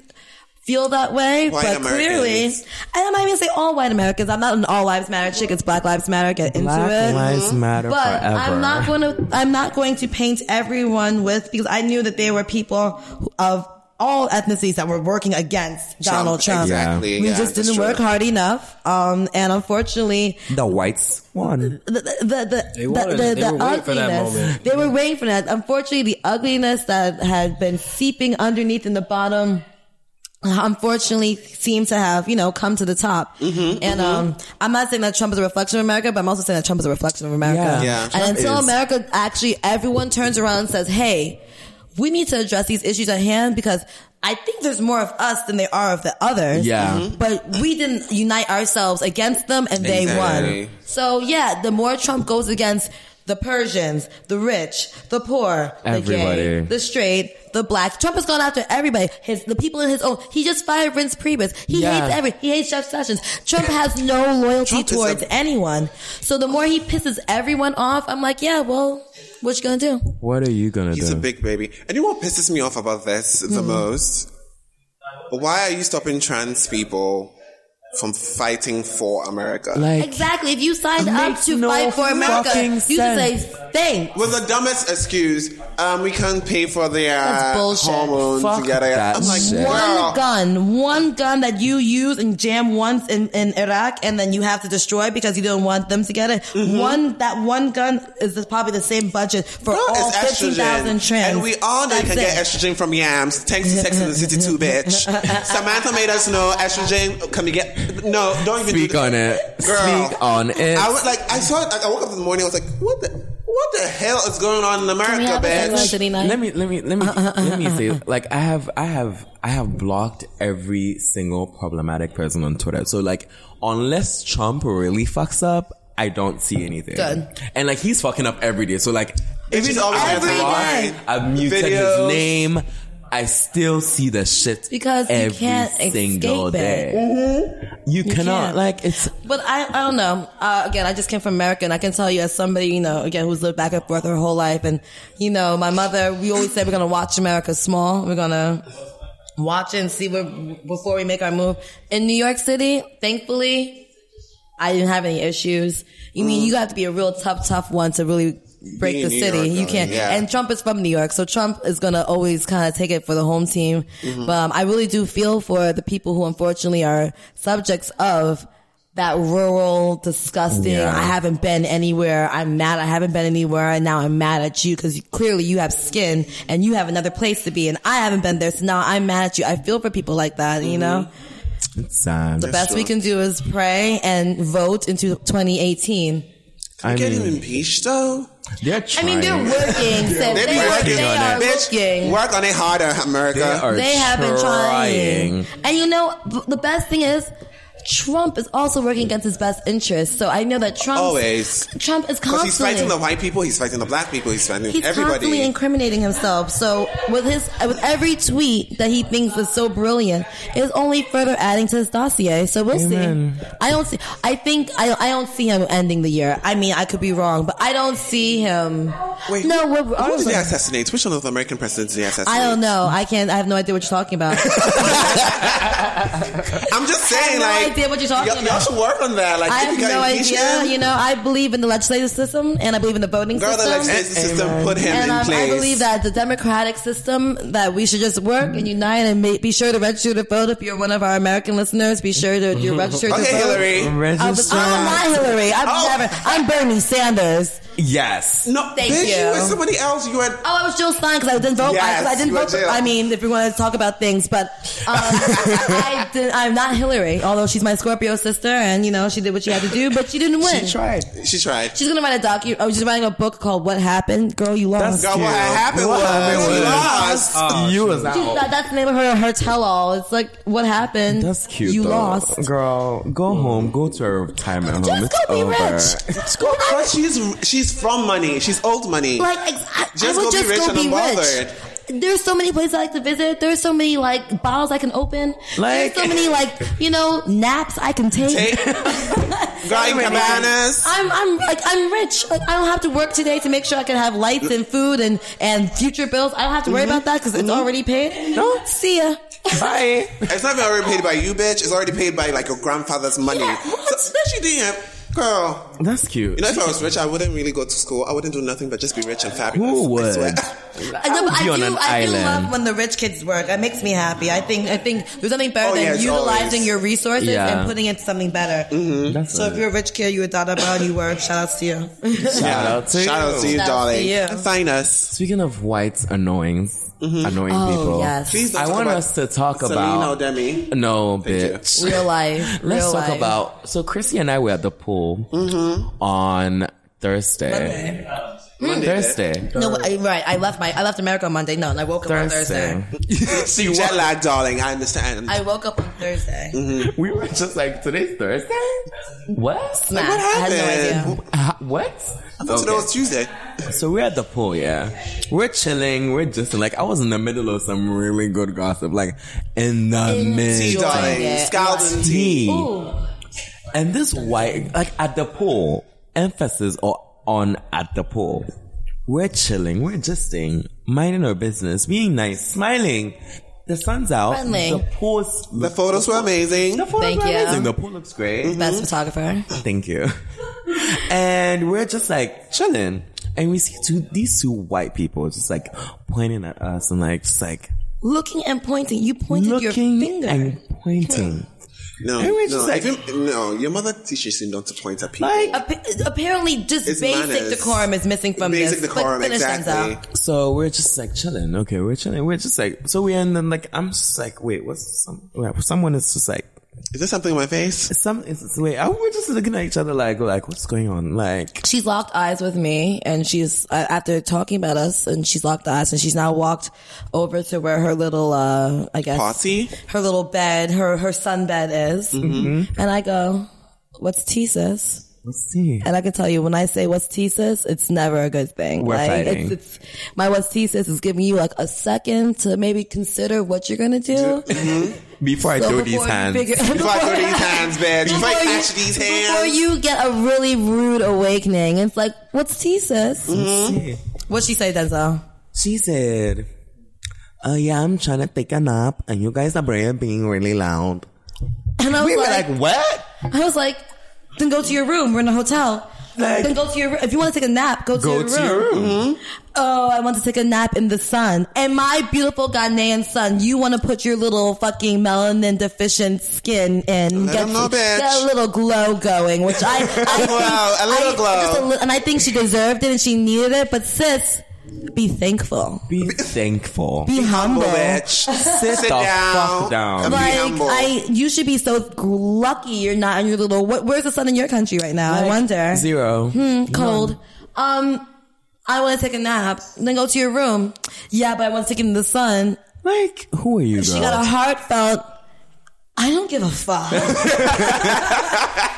C: feel that way,
A: Mm-hmm. White
C: but
A: Americans.
C: clearly, and I'm not even say all white Americans. I'm not an all lives matter chick. It's Black Lives Matter. Get into it.
B: Matter
C: but I'm not going to. I'm not going to paint everyone with because I knew that there were people who- of all ethnicities that were working against Donald Trump.
A: Exactly.
C: We
A: yeah,
C: just
A: that's
C: didn't
A: true.
C: work hard enough, um, and unfortunately,
B: the whites won.
C: the the the
D: They
C: the,
D: wanted
C: the,
D: it. They
C: the
D: were waiting
C: ugliness.
D: for that moment.
C: They were waiting for that. Unfortunately, the ugliness that had been seeping underneath in the bottom. Unfortunately, seemed to have you know come to the top, and um, I'm not saying that Trump is a reflection of America, but I'm also saying that Trump is a reflection of America.
B: Yeah.
A: Yeah.
C: And
A: Trump
C: until
B: is.
C: America actually everyone turns around and says, "Hey, we need to address these issues at hand," because I think there's more of us than there are of the others.
B: Yeah. Mhm.
C: but we didn't unite ourselves against them, and they
A: Exactly.
C: won. So yeah, the more Trump goes against the Persians, the rich, the poor, the
B: Everybody.
C: gay, the straight, the black. Trump has gone after everybody. His the people in his own. He just fired Vince Priebus. He
B: Yeah.
C: hates every. He hates Jeff Sessions. Trump has no loyalty
A: Trump is
C: towards
A: a-
C: anyone. So the more he pisses everyone off, I'm like, yeah, well, what you gonna do?
B: What are you gonna
A: He's
B: do?
A: a big baby. And you know what pisses me off about this the
B: Hmm.
A: most? Why are you stopping trans people from fighting for America?
B: like
C: Exactly. If you signed
B: It
C: up
B: makes
C: to
B: no
C: fight for America,
B: fucking
C: you just say thanks.
A: with the dumbest excuse, um, we can't pay for their
C: That's
A: uh,
C: bullshit.
A: hormones.
B: Fuck
A: yada, yada.
B: that
A: I'm like,
B: shit.
A: wow.
C: One gun, one gun that you use and jam once in, in Iraq, and then you have to destroy because you don't want them to get it.
A: Mm-hmm.
C: One that one gun is probably the same budget for
A: Girl,
C: all
A: it's
C: fifteen thousand
A: estrogen.
C: trans.
A: And we all know you
C: That's
A: can get
C: it.
A: estrogen from yams. Thanks to Sex and the City too, bitch. Samantha made us know estrogen can be get. No, don't even
B: speak
A: do this.
B: on it.
A: Girl.
B: Speak on it.
A: I was like, I saw it. Like, I woke up in the morning. I was like, what the, what the hell is going on in
C: Can we
A: America,
C: have a Sex and the
A: bitch?
C: City night?
B: let me let me let me let me say like I have I have I have blocked every single problematic person on Twitter. So like unless Trump really fucks up, I don't see anything.
C: Good.
B: And like he's fucking up every day. So like
A: Bitch is
B: even
A: always
B: I've
A: gonna
C: every
B: blocked,
C: day.
B: I've muted
A: Videos.
B: his name. I still see the shit
C: Because you
B: every
C: can't
B: single
C: escape it. Mm-hmm.
B: day. You, cannot
C: can't.
B: like it's
C: But I, I don't know. Uh, again, I just came from America, and I can tell you, as somebody, you know, again, who's lived back and forth her whole life, and you know, my mother, we always say we're gonna watch America small. We're gonna watch and see where before we make our move in New York City. Thankfully, I didn't have any issues. You mean you have to be a real tough, tough one to really break
A: Be in
C: the
A: Mm. New
C: city.
A: York,
C: you
A: though,
C: can't.
A: yeah.
C: And Trump is from New York, so Trump is gonna always kind of take it for the home team.
A: Mm-hmm.
C: But um, I really do feel for the people who unfortunately are subjects of that rural disgusting.
B: Yeah.
C: I haven't been anywhere. I'm mad. I haven't been anywhere, and now I'm mad at you because you, clearly you have skin and you have another place to be, and I haven't been there. So now I'm mad at you. I feel for people like that. You know.
A: Mm-hmm.
B: It's uh, sad.
C: The best we
A: true.
C: can do is pray and vote into 2018.
B: I
A: Get him
B: mean,
A: impeached though.
B: they're trying.
C: I mean, they're working.
A: They
C: so they
A: be
C: are-
A: working
C: they
A: on
C: are
A: it. Bitch,
C: looking.
A: work on it harder, America.
B: They are
C: They have been trying.
B: trying.
C: And you know, th- the best thing is, Trump is also working against his best interests. So I know that Trump
A: Always.
C: Trump is
A: Because he's fighting
C: constantly.
A: the white people, he's fighting the black people, he's fighting
C: He's constantly
A: everybody.
C: incriminating himself. So with his, with every tweet that he thinks is so brilliant, is only further adding to his dossier. So we'll
B: Amen.
C: see. I don't see. I think I, I don't see him ending the year. I mean, I could be wrong, but I don't see him.
A: Wait,
C: no,
A: who,
C: we're,
A: who did they assassinate? Which one of the American presidents did they assassinate?
C: I don't know. I can't. I have no idea what you're talking about.
A: I'm just saying,
C: no
A: like,
C: idea what you're talking
A: y'all- Y'all
C: about.
A: should work on that. Like,
C: I
A: if
C: have
A: you got
C: no
A: impeached
C: idea.
A: him,
C: You know, I believe in the legislative system and I believe in the voting
A: Girl, the
C: system.
A: legislative system put him
C: and
A: in
C: um, I
A: place.
C: believe that the democratic system that we should just work and unite and make, be sure to register to vote. If you're one of our American listeners, be sure to you're registered to
A: Okay,
C: vote. Uh,
A: Hillary.
C: I was, I'm not Hillary. I'm
A: Oh.
C: never. I'm Bernie Sanders.
B: Yes.
A: No,
C: Thank
A: bitch,
C: you.
A: you were somebody else. You were.
C: Oh, I was Jill Stein because I didn't vote. I, 'cause I
A: Yes,
C: didn't
A: you were
C: vote. For,
A: Jill.
C: I mean, if we want to talk about things, but um, I didn't, I'm not Hillary. Although she's my Scorpio sister, and you know she did what she had to do, but she didn't win.
B: Tried.
A: She tried.
C: She's gonna write a docu. Oh, she's writing a book called "What Happened." Girl, you lost.
A: Girl, what
B: Cute.
A: happened
B: What Uh,
A: was
B: happened
A: we
B: was-
A: lost.
B: you was
C: She's-
B: out.
C: that- that's the name of her her tell all. It's like what happened.
B: That's cute.
C: You
B: though.
C: lost.
B: girl. Go home. Go to a retirement home.
C: Just
B: it's
C: go be
B: over.
C: rich. Just go. I,
A: But she's she's from money. She's old money.
C: like ex- I, I
A: Just
C: would
A: go be
C: just
A: rich
C: go
A: and
C: be
A: unbothered.
C: rich. There's so many places I like to visit. There's so many like bottles I can open.
B: Like-
C: There's so many like you know naps I can take.
A: Hey, girl, in cabanas.
C: I'm I'm like I'm rich. Like I don't have to work today to make sure I can have lights and food and and future bills. I don't have to worry about that because it's already paid. No, see ya.
B: Bye.
A: It's not even already paid by you, bitch. It's already paid by like your grandfather's money.
C: Yeah, what?
A: So, bitch, you didn't. Girl,
B: That's cute.
A: you know, if I was rich, I wouldn't really go to school. I wouldn't do nothing but just be rich and fabulous.
B: Who
A: I swear.
B: would?
C: I, know,
B: would
C: but I
B: be
C: do.
B: on an
C: I do love
B: island.
C: when the rich kids work. That makes me happy. I think. I think there's nothing better
A: Oh,
C: than
A: yes,
C: utilizing
A: always. Mm.
C: your resources
B: Yeah.
C: and putting it to something better.
B: That's
C: So if you're a rich kid, you a dada bra, and you work. Shout outs to you.
B: shout out to
A: Shout out to you,
C: Shout out to
A: darling.
C: you.
A: Find us.
B: Speaking of white annoyings, annoying
C: Oh,
B: people.
A: Please don't
B: I
A: talk
B: want
A: about
B: us to talk
A: Selena or
B: about
A: Demi.
B: no
A: you.
B: bitch.
C: Real life.
B: Let's
C: real
B: talk
C: life.
B: about. So Chrissy and I were at the pool on Thursday. Hmm.
A: Monday.
B: Thursday.
C: No, I, right. I left my. I left America on Monday. No, and I woke up on Thursday.
B: Thursday.
A: See, jet lag, darling. I understand.
C: I woke up on Thursday.
A: Mm-hmm.
B: we were just like today's Thursday. What?
C: Smack.
A: what
C: I
A: happened?
C: had no idea.
B: Uh, What?
A: So that
B: Okay.
A: was Tuesday.
B: So we're at the pool, yeah. We're chilling. We're just like I was in the middle of some really good gossip, like in the
C: In
A: Tea,
C: Enjoying
B: middle.
A: darling.
C: it.
A: Scalding tea.
B: Tea.
C: Ooh.
B: And this white, like at the pool, emphasis or on at the pool. We're chilling, we're justing, minding our business, being nice, smiling. The sun's out.
C: Friendly.
B: The pool's
A: The photos were amazing.
B: the pool
C: Thank
B: looks
C: you.
B: amazing. The pool looks great.
A: Mm-hmm.
C: Best photographer.
B: Thank you. and we're just like chilling. And we see two these two white people just like pointing at us and like just like
C: Looking and pointing. You pointed your
B: looking
C: finger.
B: and pointing.
A: No,
B: They were just
A: no,
B: like-
A: even- no. Your mother teaches you not to point at people.
B: Like
C: Appa- Apparently, just
A: It's
C: basic
A: manners.
C: decorum is missing from
A: Basic
C: this. Like,
A: decorum,
C: finish things
A: exactly.
C: out.
B: so we're just like chilling. Okay, we're chilling. We're just like so we and then like I'm just like wait, what's some wait, someone is just like
A: Is there something in my face?
B: some it's, it's- wait, I, we're just looking at each other like like what's going on? Like
C: She's locked eyes with me, and she's uh, after talking about us, and she's locked eyes, and she's now walked over to where her little, uh, I guess,
A: Party?
C: her little bed, her her sun bed is, and I go, "What's thesis?"
B: let's see.
C: And I can tell you, when I say what's thesis, it's never a good thing.
B: We're
C: like,
B: fighting.
C: It's, it's, my what's thesis is giving you like a second to maybe consider what you're gonna do.
B: Before I
C: So
B: throw
C: before
B: these
C: you
B: hands.
C: figure-
A: Before I throw these hands, bitch. Before I
C: Before you-
A: catch these
C: Before
A: hands.
C: you get a really rude awakening, it's like, what's thesis?
B: Let's see.
C: What'd she say, Denzel?
B: She said, "Oh yeah, I'm trying to take a nap, and you guys are being really loud."
C: And I was
B: We were
C: like,
B: like, "What?"
C: I was like, Then go to your room. We're in a hotel. then go to your room. If you want to take a nap, go to
B: Go
C: your room.
B: to your room.
C: Oh, I want to take a nap in the sun. And my beautiful Ghanaian son, you want to put your little fucking melanin deficient skin in.
A: Let 'em know, bitch.
C: get a little glow going, which I, I think,
A: Wow, a little
C: I-
A: glow.
C: just a li- and I think she deserved it and she needed it. But sis, be thankful.
B: Be thankful.
C: Be, humble.
A: bitch. Sit,
B: the
A: down.
B: fuck down.
A: and be
C: Like
A: humble.
C: I, you should be so lucky you're not in your little. What, where's the sun in your country right now? I wonder. Mm, Hmm.
B: Zero.
C: cold. Um, I want to take a nap. Then go to your room. Yeah, but I want to take it in the sun.
B: Like, who are you, girl?
C: She got a heartfelt. I don't give a fuck.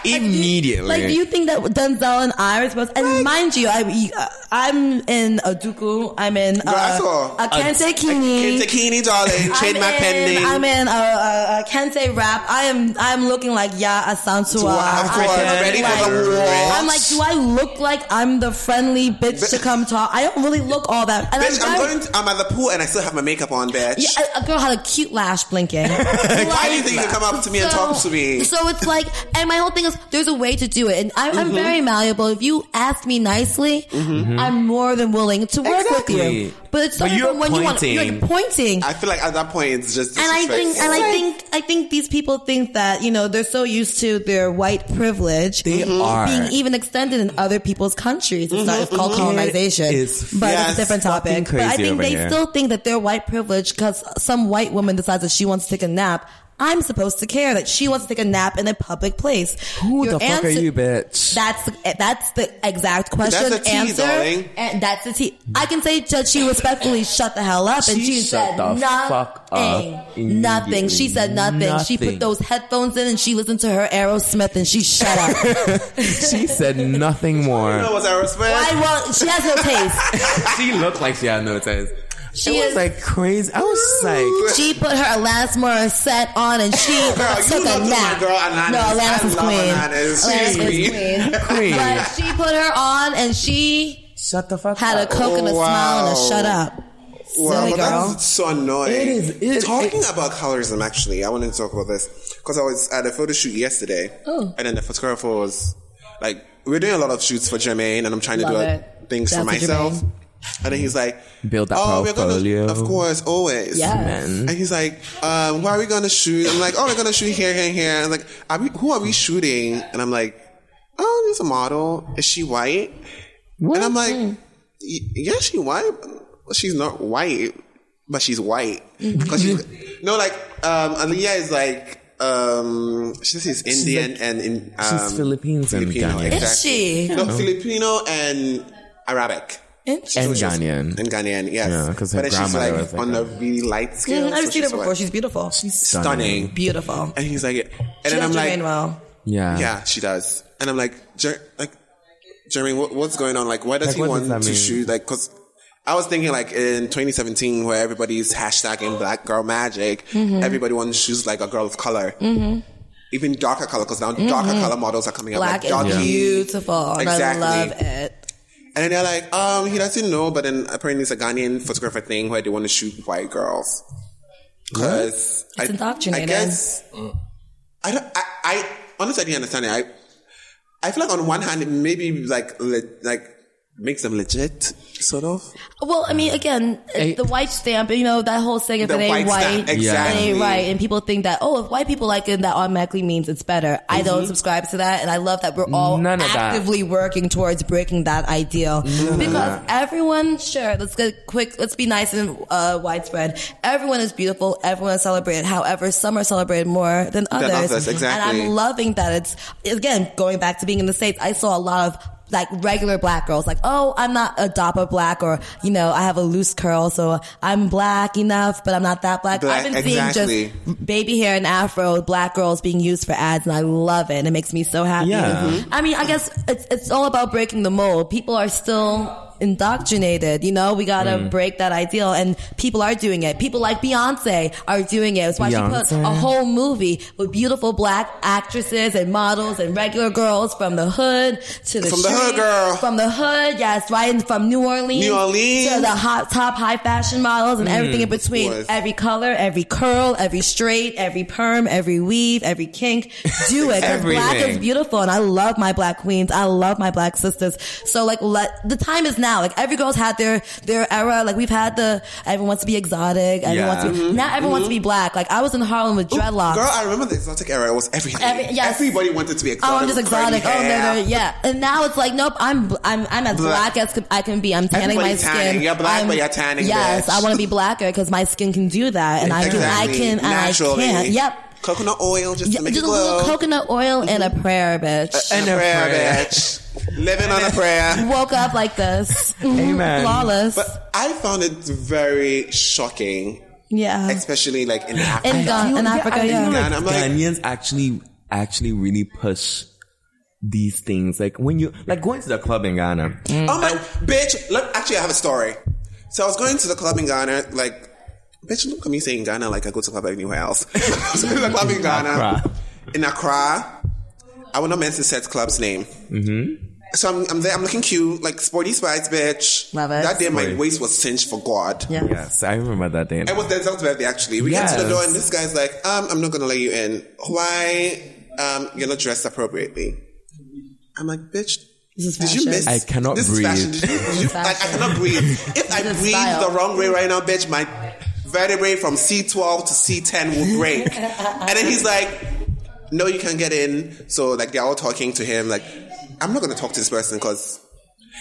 B: Immediately.
C: like, do you think that Denzel and I are supposed? And mind you, I, I'm in a duku. I'm in uh,
A: I saw
C: a kente
A: Kid
C: kini.
A: Takini, darling.
C: I'm
A: Trademark
C: in-
A: pending.
C: I'm in a, a, a kente wrap. I am. I'm looking like Ya Asantua.
A: I'm ready for the war.
C: I'm like, do I look like I'm the friendly bitch to come talk? I don't really look all that. And
A: Bitch, I'm
C: very-
A: going. To, I'm at the pool and I still have my makeup on, bitch.
C: Yeah, a, a girl had a cute lash blinking.
A: Why do you think you come up to me and talk to me?
C: So it's like, and my whole thing is, there's a way to do it, and I'm,
A: Mm-hmm.
C: I'm very malleable. If you ask me nicely, I'm more than willing to work with you.
B: Exactly.
C: But it's
B: But
C: starting
B: you're
C: from when you want,
B: pointing.
C: you're pointing.
A: I feel like at that point it's just.
C: and I think, and I think, I think these people think that you know they're so used to their white privilege
B: They are. Mm-hmm,
C: being even extended in other people's countries. It's, not, it's called colonization,
B: It
C: but
B: is
C: it's
A: yes,
C: a different
B: fucking
C: topic. But I
B: crazy
C: think
B: over
C: they
B: here.
C: still think that their white privilege, because some white woman decides that she wants to take a nap. I'm supposed to care that she wants to take a nap in a public place.
B: who
C: Your
B: the fuck are
C: answer-
B: you, bitch?
C: that's the- eh, that's the exact question.
A: That's the tea,
C: answer.
A: darling.
C: And that's the tea. I can say Judge she respectfully shut the hell up, and
B: She
C: she,
B: shut
C: said
B: the fuck up
C: nothing, nothing. She said nothing. She
B: Nothing.
C: put those headphones in and she listened to her Aerosmith, and she shut up.
B: she said nothing
A: You know
B: more.
A: what's our respect?
C: I well, she has no taste.
B: she looked like she had no taste.
C: She
B: it was
C: is-
B: like crazy. I was like,
C: She put her Alanis Morissette on, and she
A: Girl, you
C: took
A: love
C: a
A: to my
C: nap.
A: girl Alanis.
C: No,
A: I
C: Alanis is
A: love
C: queen.
A: Alanis. She's
C: Alanis is
A: queen.
C: queen.
B: Queen.
C: But she put her on, and she
B: shut the fuck
C: had a
B: up. Oh,
C: coke and a
A: Wow.
C: smile and a shut up.
A: Wow,
C: Silly
A: but
C: girl.
A: that's so annoying.
B: It is- it-
A: Talking
B: it-
A: about colorism, actually, I wanted to talk about this because I was at a photo shoot yesterday,
C: Oh.
A: and then the photographer was like, "We're doing a lot of shoots for Jermaine, and I'm trying
C: Love
A: to do uh,
C: it.
A: things for
C: Shout out to
A: myself."
C: Jermaine.
A: And then he's like,
B: Build that
A: oh, we're
B: portfolio."
A: Gonna, of course, always.
C: Yeah.
B: Man.
A: And he's like, um, "Where are we going to shoot?" I'm like, "Oh, we're going to shoot here, here, and here." And like, are we, "Who are we shooting?" And I'm like, "Oh, there's a model. Is she white?" And I'm like, "Y- yeah, she white. Well, She's not white, but she's white.
B: Mm-hmm.
A: 'Cause she's- no, like, um, Aaliyah is like, um, she's, she's Indian and in, um,
B: she's Philippines and Ghanaian.
C: Is she?
A: No, Filipino and Arabic
C: Interesting.
B: and Ghanaian.
A: and Ghanaian. Yes,
B: Yeah, 'cause her
A: but then she's
B: grandmother
A: like
B: was like
A: on
B: that.
A: a really light scale.
C: Mm, I've
A: so
C: seen her
A: she's
C: before.
A: white.
C: She's beautiful. She's
A: stunning.
C: beautiful.
A: And he's like, and
C: She
A: then I'm
C: knows
A: like,
C: Jermaine well.
B: Yeah.
A: Yeah, she does. And I'm like, Jer- like, Jeremy, what, what's going on? Like, why does
B: Like,
A: he
B: what
A: want
B: does that
A: to
B: mean?
A: shoot? Like, cause I was thinking like in 2017 where everybody's hashtagging black girl magic,
C: Mm-hmm.
A: everybody wants to choose like a girl of color. Even darker color, cause now darker color models are coming
C: Mm-hmm. Black
A: up. Like,
C: is
A: darky.
C: beautiful. And
A: Exactly.
C: I love it.
A: And then they're like, um, he doesn't know, but then apparently it's a Ghanaian photographer thing where they want to shoot white girls. Because I, I
C: indoctrinated.
A: guess I don't. I, I honestly I didn't understand it. I I feel like on one hand it maybe like le, like makes them legit, sort of.
C: Well, I mean, again,
B: Eh.
C: the white stamp, you know, that whole saying, if
A: The
C: it ain't
A: white
C: white,
A: stamp,
C: it
A: exactly.
C: ain't right. And people think that, oh, if white people like it, that automatically means it's better. I don't subscribe to that. And I love that we're all
B: Mm-hmm. None of that.
C: actively working towards breaking that ideal. because everyone, sure, let's get quick, let's be nice and uh, widespread. Everyone is beautiful. Everyone is celebrated. However, some are celebrated more than others.
A: others, exactly.
C: And I'm loving that it's again going back to being in the states. I saw a lot of like regular black girls, like oh, I'm not a dapper black, or you know, I have a loose curl, so I'm black enough, but I'm not that black.
A: Black,
C: I've been
A: exactly.
C: seeing just baby hair and afro black girls being used for ads, and I love it. And it makes me so happy. Mm-hmm.
B: Yeah. Mhm.
C: I mean, I guess it's it's all about breaking the mold. People are still indoctrinated. You know, we gotta break that ideal, and people are doing it. People like Beyonce are doing it. It's why she put
B: Beyonce.
C: a whole movie with beautiful black actresses and models and regular girls from the hood to the
A: From the
C: street,
A: hood, girl.
C: from the hood. Yes, right and from New Orleans,
A: New Orleans. Mm,
C: to the hot top high fashion models and everything in between.
A: course.
C: Every color, every curl, every straight, every perm, every weave, every kink. Do it 'cause black is
B: Everything.
C: beautiful and I love my black queens. I love my black sisters. So like let the time is now. Like every girl's had their their era. Like we've had the everyone wants to be exotic. Everyone wants to be now everyone wants to be black. Like I was in Harlem with dreadlocks.
A: Mm-hmm. Girl, I remember the exotic era was everything.
C: Every- yes.
A: Everybody wanted to be
C: Oh,
A: exotic.
C: I'm just
A: with curly
C: exotic. Oh,
A: hair.
C: no, no, yeah. And now it's like, nope. I'm, bl- I'm, I'm as
A: Black.
C: black, as c- I can be. I'm tanning my
A: Everybody's
C: skin.
A: tanning. You're black,
C: I'm-
A: but you're tanning,
C: Yes,
A: bitch.
C: I want to be blacker because my skin can do that, and I
A: Exactly.
C: can, I can, and
A: Naturally.
C: I can. Yep.
A: Coconut oil just to
C: Yeah,
A: make
C: just
A: it
C: a little
A: glow. Mm-hmm. Uh,
C: coconut oil and a prayer, bitch.
A: and a prayer, bitch. Living on a prayer.
C: Woke up like this. Mhm.
B: Amen.
C: Flawless.
A: uh, But I found it very shocking,
C: yeah.
A: especially like in Africa.
C: In, Ghana, in Africa,
B: I
C: yeah.
B: feel like
A: And I'm like-
B: Ghanaians actually actually really push these things. Like when you like going to the club in Ghana.
C: Mm.
A: Oh my bitch! Look, actually, I have a story. So I was going to the club in Ghana, like. Bitch, look at me saying Ghana like I go to club anywhere else. so the club in Ghana,
B: Accra.
A: in Accra, I will not mention said club's name. Mm-hmm. So I'm, I'm there. I'm looking cute, like sporty spice, bitch.
C: Love it.
A: That day, my
B: Sporty.
A: waist was cinched for God.
C: Yeah.
B: Yes, I remember that day.
A: It was Denzel's birthday, actually. We get to the
B: Yes.
A: door, and this guy's like, um, I'm not going to let you in. Why um, you're not dressed appropriately? I'm like, bitch.
C: This is
A: Did you
C: fashion.
A: miss?
B: I cannot
A: this
B: breathe.
A: Is fashion. Did you, did you, I, I
C: Fashion.
A: cannot breathe. If I
C: This is
A: breathe
C: style.
A: the wrong way right now, bitch, my vertebrae from C12 to C10 will break. and then he's like, no, you can't get in. So like they're all talking to him. Like, I'm not going to talk to this person because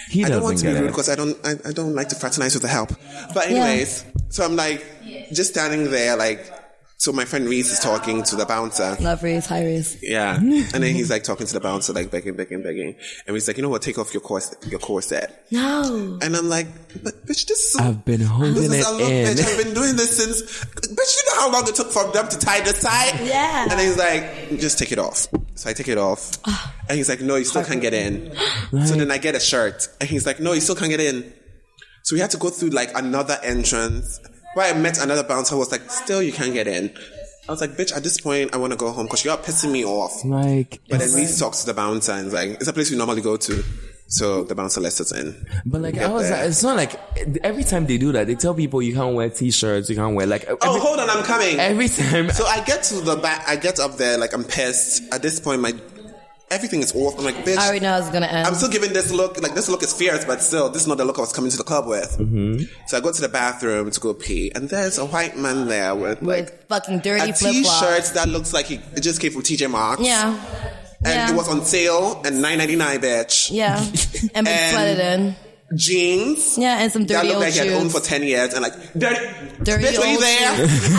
B: he
A: I
B: doesn't
A: don't want to be
B: get
A: rude
B: it.
A: because I don't I, I don't like to fraternize with the help. But anyways, so I'm like just standing there like so my friend Reese is talking to the bouncer.
C: Love Reese, hi Reese.
A: Yeah. And then he's like talking to the bouncer, like begging, begging, begging. And he's like, you know what, take off your corset your corset.
C: No.
A: And I'm like, but bitch, this is
B: I've been holding
A: this is
B: it
A: a look,
B: in.
A: bitch. I've been doing this since bitch, you know how long it took for them to tie this tie?
C: Yeah.
A: And he's like, just take it off. So I take it off. and he's like, No, you still can't get in. So then I get a shirt. And he's like, No, you still can't get in. So we had to go through like another entrance. Where I met another bouncer who was like, Still you can't get in. I was like, bitch, at this point I wanna go home because you are pissing me off.
B: Like,
A: But
B: it's-
A: then Reese talks to the bouncer and is like, it's a place we normally go to. So the bouncer lets us in.
B: but like,
A: Get
B: I was
A: there.
B: like, it's not like every time they do that, they tell people you can't wear t-shirts, you can't wear like every,
A: Oh, hold on, I'm coming.
B: every time.
A: So I get to the back, I get up there, like I'm pissed. At this point, my everything is off. I'm like, bitch.
C: I already know it's gonna end.
A: I'm still giving this look, like this look is fierce, but still, this is not the look I was coming to the club with. Mm-hmm. So I go to the bathroom to go pee, and there's a white man there with like
C: With fucking
A: a
C: dirty flip flops.
A: t-shirt that looks like he it just came from TJ Maxx.
C: Yeah.
A: and
C: yeah.
A: it was on sale and 9.99, bitch.
C: yeah. And been
A: And-
C: sweated in.
A: Jeans.
C: Yeah, and some
A: That
C: dirty
A: looked
C: old
A: like he had owned for
C: shoes.
A: ten years, and like dirty,
C: Dirty
A: bitch, were you
C: old
A: there?
C: shoes.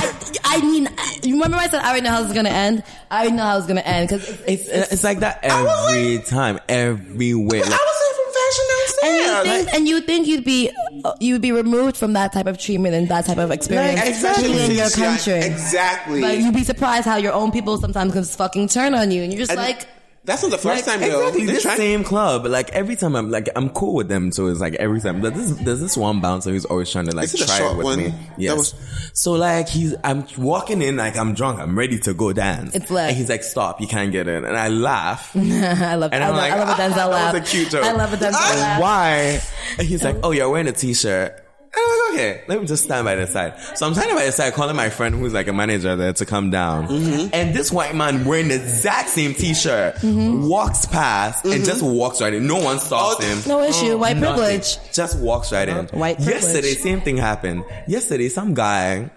C: I, I mean, I- you remember when I said I already know how this is gonna end? I already know how it's gonna end because
B: It's, it's like that every time, everywhere.
A: I
B: Like,
A: was there from
C: and
A: fashion
C: you
A: downstairs.
C: think and you think you'd be uh, you would be removed from that type of treatment and that type of experience
A: Like,
C: especially in your
A: since you're-
C: country.
A: Exactly.
C: But you'd be surprised how your own people sometimes can fucking turn on you, and you're just
A: And
C: like,
A: that's not the first time though.
B: Exactly,
A: They
B: this
A: tried-
B: same club. Like every time, I'm like I'm cool with them. So it's like every time. But this, there's this one bouncer who's always trying to like
A: Is it a
B: try
A: short
B: it with
A: one?
B: me.
A: That
B: Yes.
A: was-
B: so like he's, I'm walking in like I'm drunk. I'm ready to go dance.
C: It's lit.
B: And he's like, "Stop! You can't get in." And I laugh.
C: "Uh-huh, I love, I
B: And I'm
C: love,
B: like,
C: I love a
B: "Ah,
C: Denzel
B: that was
C: laugh.
B: a cute joke." Ah,
C: I love a Denzel laugh.
B: Why? And he's like, "Oh, you're wearing a t-shirt." I'm like, okay, let me just stand by the side. So I'm standing by the side, calling my friend who's like a manager there to come down.
C: Mm-hmm.
B: And this white man wearing the exact same t-shirt
C: Mm-hmm.
B: walks past and just walks right in. No one stops him.
C: No issue, white
B: Oh, Nothing.
C: Mm-hmm. Oh, privilege.
B: Just walks right in.
C: White privilege.
B: Yesterday, same thing happened. Yesterday, some guy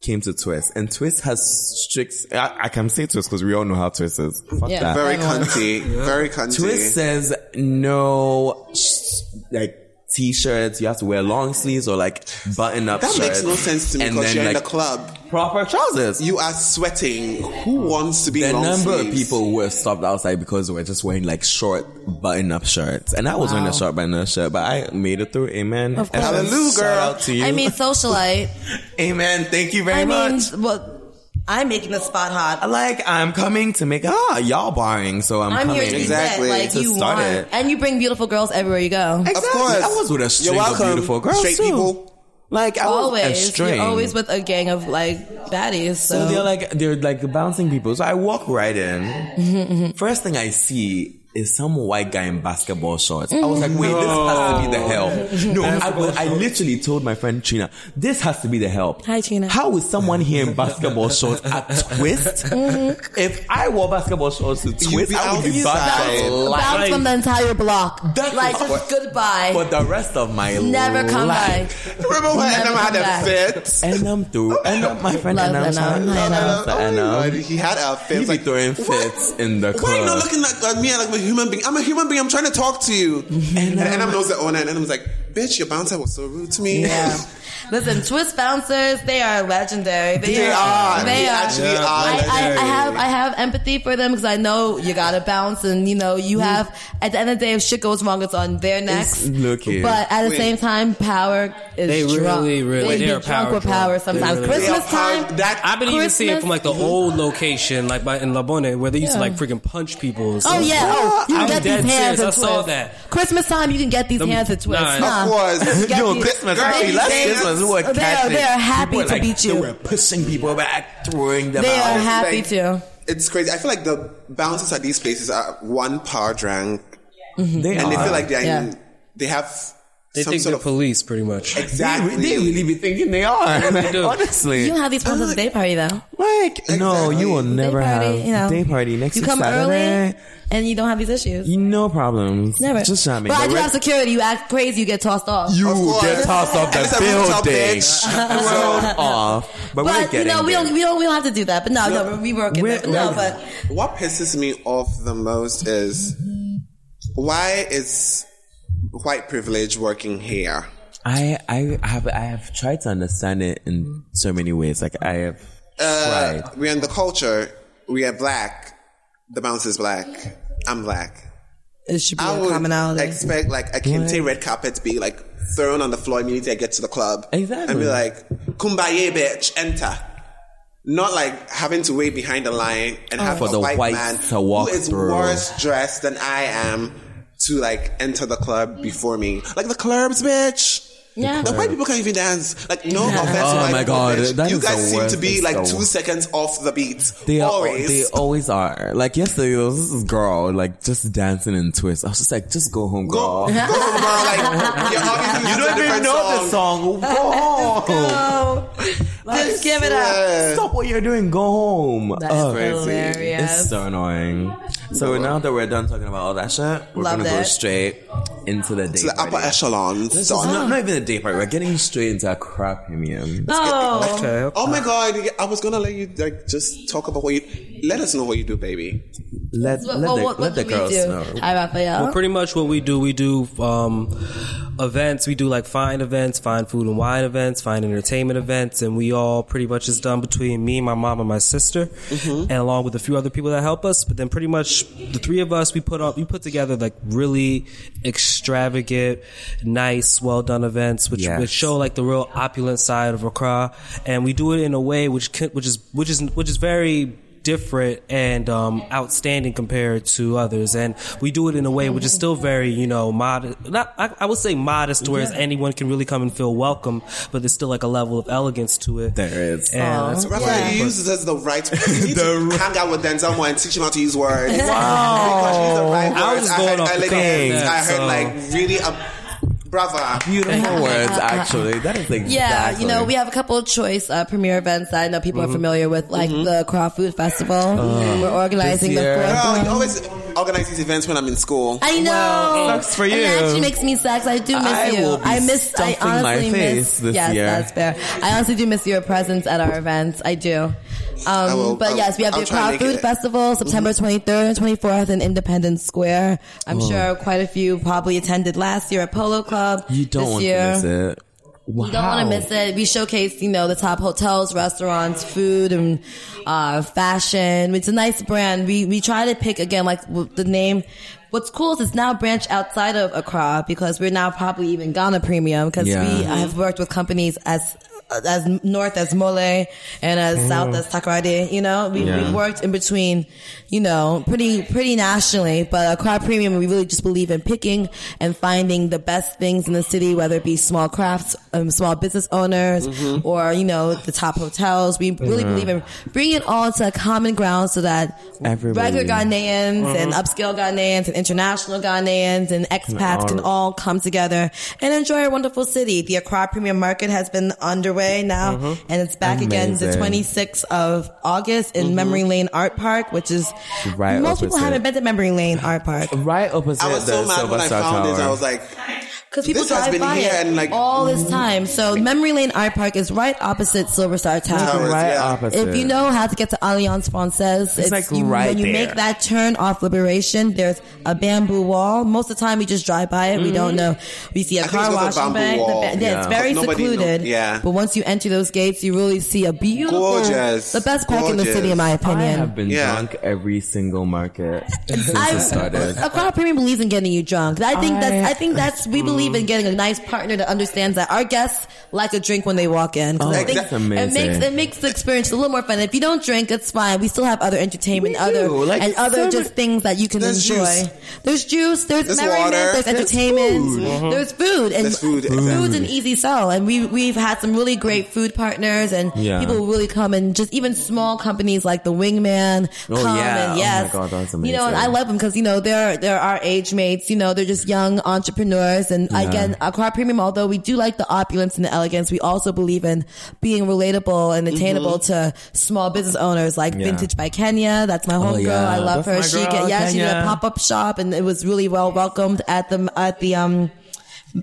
B: came to Twist, and Twist has strict. I, I can say Twist because we all know how Twist is. Fuck
C: Yeah.
B: that.
A: Very
C: Everyone.
A: cunty. Very cunty.
B: Twist says no, sh- like t-shirts. You have to wear long sleeves or like button-up.
A: That makes
B: shirts,
A: no sense to me
B: and
A: because
B: then,
A: you're in
B: like,
A: the club.
B: Proper trousers.
A: You are sweating. Who wants to be
B: Oh. the
A: long
B: number of
A: sleeves?
B: people who were stopped outside because they were just wearing like short button-up shirts, and I was wearing a
C: Wow.
B: short button-up shirt, but I made it through. Amen.
C: Of
B: And
C: course.
B: shout
A: Hallelujah, girl.
B: out to you.
C: I mean, socialite.
B: Amen. Thank you very
C: I
B: much.
C: mean, well, I'm making the spot hot.
B: Like I'm coming to make ah y'all barring, so I'm,
C: I'm
B: coming.
C: here to
A: Exactly.
C: get like
A: To
C: you
B: start
C: want,
B: it.
C: and you bring beautiful girls everywhere you go.
B: Exactly.
A: Of course.
B: I was with a string
A: You're
B: of
A: welcome,
B: beautiful girls
A: straight
B: too.
A: people.
B: Like I was a
C: Always,
B: string.
C: you're always with a gang of like baddies. So,
B: So they're like they're like bouncing people. So I walk right in. First thing I see is some white guy in basketball shorts. I was like, wait, this has to be the help. No, I, was- I literally told my friend Trina, this has to be the help.
C: Hi, Trina.
B: How is someone here in basketball shorts at Twist?
C: Mm-hmm.
B: If I wore basketball shorts to Twist,
A: be
B: I would be
A: outside.
B: banned for
A: Bounce
B: life.
C: bounce from the entire block.
B: That
C: like
B: is
C: just
B: what-
C: goodbye.
B: for the rest of my
C: Never come
B: life.
C: back.
A: Remember when
C: Never
A: Adam had
C: come
A: a fit?
B: And I'm through. And I'm, my friend
C: Love
B: and I'm
C: Lennon. Hi, Lennon.
A: Oh my
B: and
A: God,
B: I'm
A: He had a fit.
B: He be
A: Like,
B: throwing
A: what?
B: fits in the club.
A: Why are you not looking at, at me like I'm a human being? I'm a human being. I'm trying to talk to you. And, and Adam knows the owner, and Adam was like, "Bitch, your bouncer was so rude to me."
C: Yeah. Listen, Twist bouncers, they are legendary. They,
A: They are.
C: They
A: They
C: are.
A: actually Yeah, are
C: I, I, I
A: legendary.
C: have I have empathy for them because I know you gotta bounce, and you know
A: Mm.
C: you have. At the end of the day, if shit goes wrong, it's on their necks.
B: look here.
C: But at the
A: Wait.
C: same time, power is
D: They
C: drunk.
D: really, really-
C: they
D: they
C: get
D: are
C: drunk
D: power
C: with power
D: drunk.
C: sometimes.
D: They really-
A: They are
C: Christmas
A: part-
C: time.
A: that
D: I've been even seeing it
C: Christmas?
D: from like the old location, like by in Labone, where they used to
C: Yeah.
D: like freaking punch people. So
C: Oh yeah! Oh, you can
D: I'm
C: get
D: dead
C: these hands
D: serious.
C: at
D: I saw
C: Twist.
D: that.
C: Christmas time, you can get these
D: Them-
C: hands at Twist.
D: nah,
C: Nah.
A: Of course.
C: Get
B: Yo,
C: these-
B: Christmas,
A: Girl,
B: girl,
A: these
B: last
A: days-
B: Christmas, we were
C: They are-
B: catching.
C: they are happy
B: People were,
C: to
B: like,
C: beat you.
B: They were pushing people back, throwing them
C: They
B: out.
C: are happy
A: like-
C: to.
A: It's crazy. I feel like the bouncers at these places are one power drunk,
B: They
A: and they
B: are.
A: feel like they're
C: Yeah.
A: in, they have
D: They
A: some
D: think
A: sort
D: they're
A: of
D: police, pretty much.
B: They,
A: exactly.
B: re- they really be thinking they are. Like,
D: do.
B: honestly,
C: You don't have these problems at the day party though.
B: like no, you will
A: Exactly.
B: never
C: day party,
B: have
C: you know.
B: day party next
C: You
B: week
C: come
B: Saturday.
C: early and you don't have these issues.
B: You no problems.
C: Never.
B: Just shot me.
C: But I
B: The
C: do
B: red-
C: have security. You act crazy, you get tossed off.
A: Of
B: You
A: course.
B: get tossed off
A: And
B: the
A: it's a rooftop,
B: building.
A: bitch.
B: Thrown off. But, we're
C: Uh, but
B: getting
C: you know, we
B: there.
C: don't, we don't we don't have to do that. But no, no, we work in
B: we're-
C: it. But no,
B: we're-
C: but
A: What pisses me off the most is why is white privilege working here?
B: I I have I have tried to understand it in so many ways. Like I have
A: Uh,
B: tried.
A: We're in the culture. We are black. The bounce is black. I'm black.
C: it should be
A: I
C: a commonality.
A: would expect like a kente red carpet to be like thrown on the floor immediately I get to the club.
B: Exactly.
A: And be like, kumbaya bitch, enter. Not like having to wait behind the line and have
B: For
A: a
B: the
A: white
B: whites
A: man
B: to walk
A: who is
B: through.
A: worse dressed than I am to like enter the club before me. Like the clubs, bitch.
C: yeah.
A: Like white people can't even dance. Like no offense. to
B: Oh
A: white
B: my
A: people,
B: God,
A: bitch.
B: that
A: you
B: is the
A: guys seem to
B: worst.
A: be
B: It's
A: like
B: the
A: two
B: worst.
A: seconds off the beat.
B: They are,
A: always.
B: they always are. Like yesterday, there was this girl like just dancing and twist. I was just like, just go home,
A: Go,
B: girl.
A: go, girl, like, you're obviously
B: You don't even know the song. Go home.
C: Oh, let's give it up.
B: Stop what you're doing. Go home.
C: That's
B: Ugh.
C: hilarious.
B: It's so annoying. So now that we're done talking about all that shit, we're
C: Loved
B: gonna go
C: it.
B: straight into the day
A: to the
B: party.
A: upper echelons.
B: This is
A: son.
B: not, not even a day party. We're getting straight into a crap premium.
C: Oh,
D: Okay.
A: Oh my god! I was gonna let you like just talk about what you. Let us know what you do, baby.
B: Let,
C: what,
B: let
C: what,
B: the,
C: what,
B: let
C: what
B: the
C: do we
B: girls
C: do?
B: know.
C: Hi, Raphael.
D: Well, pretty much what we do, we do um, events. We do like fine events, fine food and wine events, fine entertainment events, and we all pretty much is done between me, my mom, and my sister, and along with a few other people that help us. But then pretty much the three of us, we put up, we put together like really extravagant, nice, well done events, which
B: Yes.
D: which show like the real opulent side of Accra, and we do it in a way which can, which is which is which is very different and um, outstanding compared to others, and we do it in a way which is still very you know modest. Not I, I would say modest, whereas anyone can really come and feel welcome, but there's still like a level of elegance to it.
B: There is.
D: And
C: Aw.
D: that's-
A: Rafa, you use this as the right. You need to hang out with Denzel more and teach him how to use words. Wow!
D: I was
A: I
D: going
A: heard,
D: off
A: I,
D: the
A: like,
D: thing,
A: I heard
D: so-
A: like really a brother.
B: Beautiful words, actually. That is exactly.
C: Yeah, you know, we have a couple of choice uh, premiere events that I know people
B: Mm-hmm.
C: are familiar with, like the Craw Food Festival. We're organizing the
B: Uh, year. Oh,
C: fourth
A: Girl,
C: one.
A: you always organize these events when I'm in school.
C: I know.
B: sucks for you.
C: It actually makes me sad 'cause I do miss
B: I
C: you.
B: will be
C: I miss. I
B: stuffing my
C: honestly miss.
B: face this
C: yes,
B: year.
C: that's fair. I honestly do miss your presence at our events. I do. Um,
A: will-
C: but
A: I will-
C: yes, we have
A: I'll
C: the
A: try and
C: Crowd
A: make
C: Food
A: it. Mm-hmm.
C: Festival September 23rd and 24th in Independence Square. I'm sure quite a few probably attended last year at Polo Club.
B: You don't
C: this
B: want
C: year.
B: to miss it. Wow.
C: You don't want to miss it. We showcase, you know, the top hotels, restaurants, food, and uh, fashion. It's a nice brand. We we try to pick again, like w- the name. What's cool is it's now branched outside of Accra because we're now probably even Ghana Premium because
B: Yeah.
C: we have worked with companies as as north as Mole and as south as Takarade. You know, we,
B: Mm. Yeah.
C: we worked in between. You know, pretty pretty nationally, but at Craft Premium, we really just believe in picking and finding the best things in the city, whether it be small crafts, um, small business owners,
B: Mm-hmm.
C: or you know the top hotels. We really believe in bringing it all to a common ground so that
B: Everybody. Mm-hmm.
C: regular Ghanaians and upscale Ghanaians and international Ghanaians and expats can
B: all-
C: all come together and enjoy our wonderful city. The Accra Premium Market has been underway now
A: Mm-hmm.
C: and it's back again the
B: Amazing.
C: 26th of August
A: Mm-hmm.
C: in Memory Lane Art Park, which is
B: Right
C: most people
B: opposite.
C: haven't been to Memory Lane Art Park
B: Right opposite
A: I was
B: the
A: so mad
B: Silver
A: when I
B: Star
A: found
B: Tower.
A: this. I was like,
C: because people
A: This has
C: drive
A: been
C: by
A: here
C: it
A: and, like- mm-hmm.
C: all this time. So Memory Lane Art Park is right opposite Silver Star Tower.
A: Tower.
B: right
A: yeah.
B: opposite.
C: If you know how to get to Alliance Francaise, it's,
B: like
C: you,
B: right
C: when you
B: there.
C: make that turn off Liberation, there's a bamboo wall. Most of the time, we just drive by it. We don't know. We see a
A: Mm-hmm. think
C: car
A: it's
C: wash
A: called a bamboo
C: and bank. The
A: wall.
C: ba- yeah, it's
B: Yeah.
C: very
A: But nobody know-
C: secluded.
A: yeah.
C: But once you enter those gates, you really see a beautiful,
A: Gorgeous.
C: the best park in the
A: Gorgeous.
C: city, in my
B: I
C: opinion.
B: have been
A: Yeah.
B: drunk every single market since
C: I-
B: it started.
C: Aquatic Premium believes in getting you drunk. I think that's,
B: I-
C: I think that's, we believe in getting a nice partner that understands that our guests like to drink when they walk in. 'Cause
B: Oh,
C: I think
B: that's amazing.
C: It makes, it makes the experience a little more fun. If you don't drink, it's fine. We still have other entertainment,
B: We
C: other,
B: do. Like,
C: and
B: it's
C: other
B: so
C: just things that you can
A: There's
C: enjoy.
A: juice.
C: There's juice, there's,
A: There's
C: merriment,
A: water.
C: there's
A: There's
C: entertainment,
A: food.
C: there's food, and
A: There's food,
C: food's
A: exactly.
C: an easy sell. And we, we've had some really great food partners and
B: Yeah.
C: people really come and just even small companies like the Wingman
B: Oh,
C: come
B: yeah. Oh,
C: and
B: my
C: yes.
B: God, that's
C: You know, and
B: amazing.
C: I love love them because you know they're they're our age mates. You know they're just young entrepreneurs. And again, Aqua Premium, although we do like the opulence and the elegance, we also believe in being relatable and attainable to small business owners. Like
B: Mm-hmm. Yeah. Oh,
C: Vintage by Kenya, that's my homegirl.
B: yeah.
C: I love
B: That's my
C: her. She
B: girl,
C: get, yeah, she did a
B: Kenya.
C: pop up shop, and it was really well welcomed at the at the um.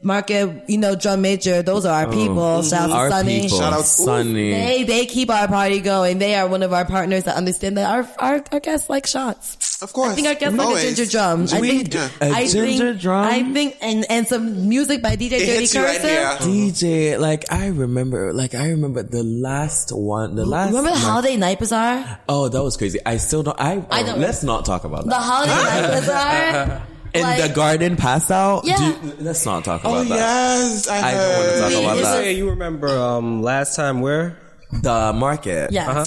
C: Market, you know, drum major, those are our people. Shout out
B: Oh. Mm-hmm. Our
C: to Sunny.
B: people,
A: Shout out-
B: Sunny.
C: They they keep our party going. They are one of our partners that understand that our our, our guests like shots.
A: of course.
C: I think I guess like a ginger drum. I
A: We
C: think,
A: do.
B: A
C: I
B: ginger
C: think,
B: drum?
C: I think, and and some music by DJ
A: It
C: Dirty
A: hits you right here.
C: Cursive.
B: DJ, like I remember, like I remember the last one, the last.
C: Remember the
B: month-
C: holiday night bazaar?
B: Oh, that was crazy. I still don't. I,
C: I
B: oh,
C: don't-
B: Let's not talk about
C: The
B: that.
C: holiday night bazaar.
B: In
C: like-
B: the garden pass out.
C: Yeah.
B: Do- let's not talk
A: Oh,
B: about that.
A: yes. I,
B: I don't want to
A: heard.
B: talk
C: Wait,
B: about
C: is
B: that.
D: Hey, you remember um, last time where?
B: The market.
C: Yes.
D: Uh-huh.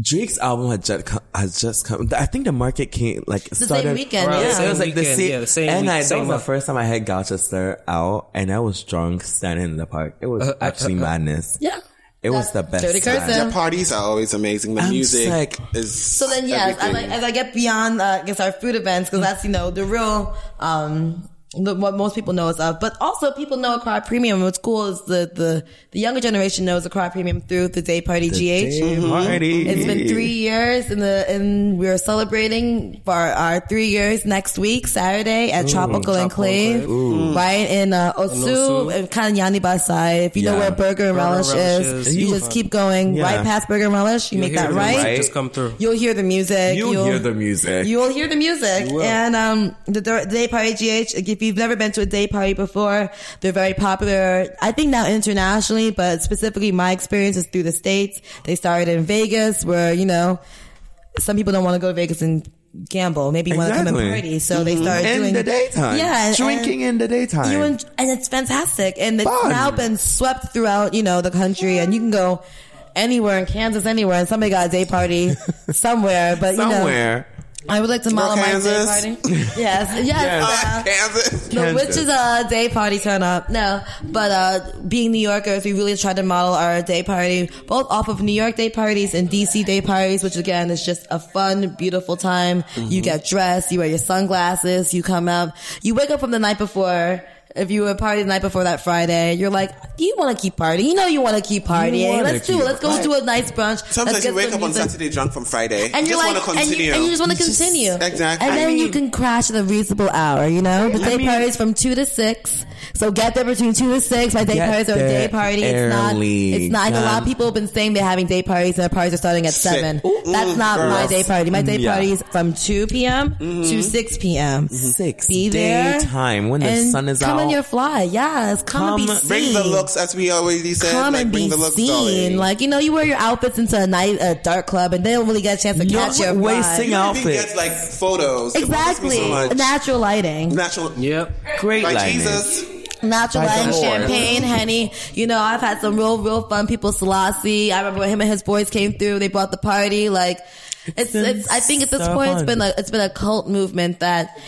B: Drake's album had just come, has just come. I think the market came like
C: the same
B: started
C: weekend,
B: Right,
C: yeah.
B: so it was like the
D: Weekend,
B: same.
D: yeah, the same
B: and
D: week,
B: I
D: same
B: that was the
D: month.
B: first time I had Gloucester out, and I was drunk standing in the park. It was actually madness.
C: Yeah.
B: It was the
C: That's
B: best.
C: Jody
B: time.
C: Curtis.
A: Their parties are always amazing. The
B: I'm
A: music
B: just like-
A: is
C: So then, yes, as I,
A: everything.
C: as I get beyond, uh, I guess our food events, because that's you know the real, um, the, what most people know us of. But also, people know Accra Premium. What's cool is the the the younger generation knows Accra Premium through the Day Party GH.
B: Damn, Marty.
C: Mm-hmm. It's been three years, and the and we're celebrating for our three years next week, Saturday at Tropical Enclave,
D: Enclave.
C: right in uh, Osu,
D: Osu.
C: and kind of Yaniba side. If you know
B: Yeah.
C: where Burger and
D: Burger and
C: Relish,
D: Relish
C: is,
D: is
C: you
B: huge.
C: just keep going
B: Yeah.
C: right past Burger and Relish. You,
D: You
C: make
D: hear
C: that
D: the
C: right.
D: music Just come through.
C: You'll hear the music.
B: You'll, hear the music.
C: You'll hear the music.
D: will.
C: And um, the Dor- day party GH. If you've never been to a day party before, they're very popular. I think now internationally, but specifically my experience is through the states. They started in Vegas, where you know some people don't want to go to Vegas and gamble. Maybe you want to come and
B: Exactly. Mm-hmm.
C: party, so they started
B: in
C: doing
B: the daytime.
C: Yeah, and-
B: drinking in the daytime.
C: you and, and it's fantastic, and it's
B: Fun.
C: now been swept throughout you know the country, and you can go anywhere in Kansas, anywhere, and somebody got a day party somewhere. But you know,
B: Somewhere.
C: I would like to model my day
A: Kansas.
C: party. Yes, yes.
A: Ah,
C: uh,
A: Kansas.
C: the
B: Kansas.
C: witch is a day party turn up. No, but uh, being New Yorkers, we really tried to model our day party both off of New York day parties and DC day parties, which again is just a fun, beautiful time.
A: Mm-hmm.
C: You get dressed, you wear your sunglasses, you come up, you wake up from the night before. If you were partying the night before that Friday, you're like, you want to keep partying. You know you want to keep partying.
B: wanna
C: Let's do it.
B: keep
C: Let's go do a nice brunch.
A: Sometimes
C: Let's
A: you
C: get
A: wake
C: some
A: up on
C: music.
A: Saturday drunk from Friday.
C: And
A: you
C: you're
A: just
C: like,
A: want to continue.
C: And you, and you just want to continue.
A: Exactly. I
C: And then you
A: mean-
C: can crash at a reasonable hour, you know? The day
B: mean-
C: parties from 2 to 6. So get there between 2 to 6. My day
B: Get
C: parties are a day
B: there
C: party. It's not,
B: early.
C: it's not, like a lot of
B: Come.
C: people have been saying they're having day parties and their parties are starting at
A: Shit.
C: 7.
A: Ooh,
C: That's
A: mm,
C: not my
A: girls.
C: day party. My day
B: Yeah.
C: party is from 2 p.m. to 6 p.m.
B: Six
C: Be there.
B: Mm-hmm. daytime when the
C: and
B: sun is
C: come
B: out.
C: on your fly. Yes. Come, and be
B: Come-
C: seen.
A: Bring the looks, as we already said.
C: Come
A: like,
C: and
A: bring
C: be
A: the looks,
C: seen.
A: darling.
C: Like, you know, you wear your outfits into a night, a dark club and they don't really get a chance to
B: You're
C: catch your vibe.
B: wasting
A: Even gets
B: outfits.
A: like photos. It bothers me
C: Exactly.
A: so much.
C: Natural lighting.
A: Natural.
D: Yep.
B: Great
A: Like
B: lightning.
A: Jesus.
C: Natural
B: By the
C: wine,
B: Lord.
C: champagne, henny. You know, I've had some real, real fun people. Selassie. I remember when him and his boys came through. They brought the party. Like, it's,
E: been
C: it's. I think at this
E: so
C: point, it's
E: fun.
C: been a, it's been a cult movement that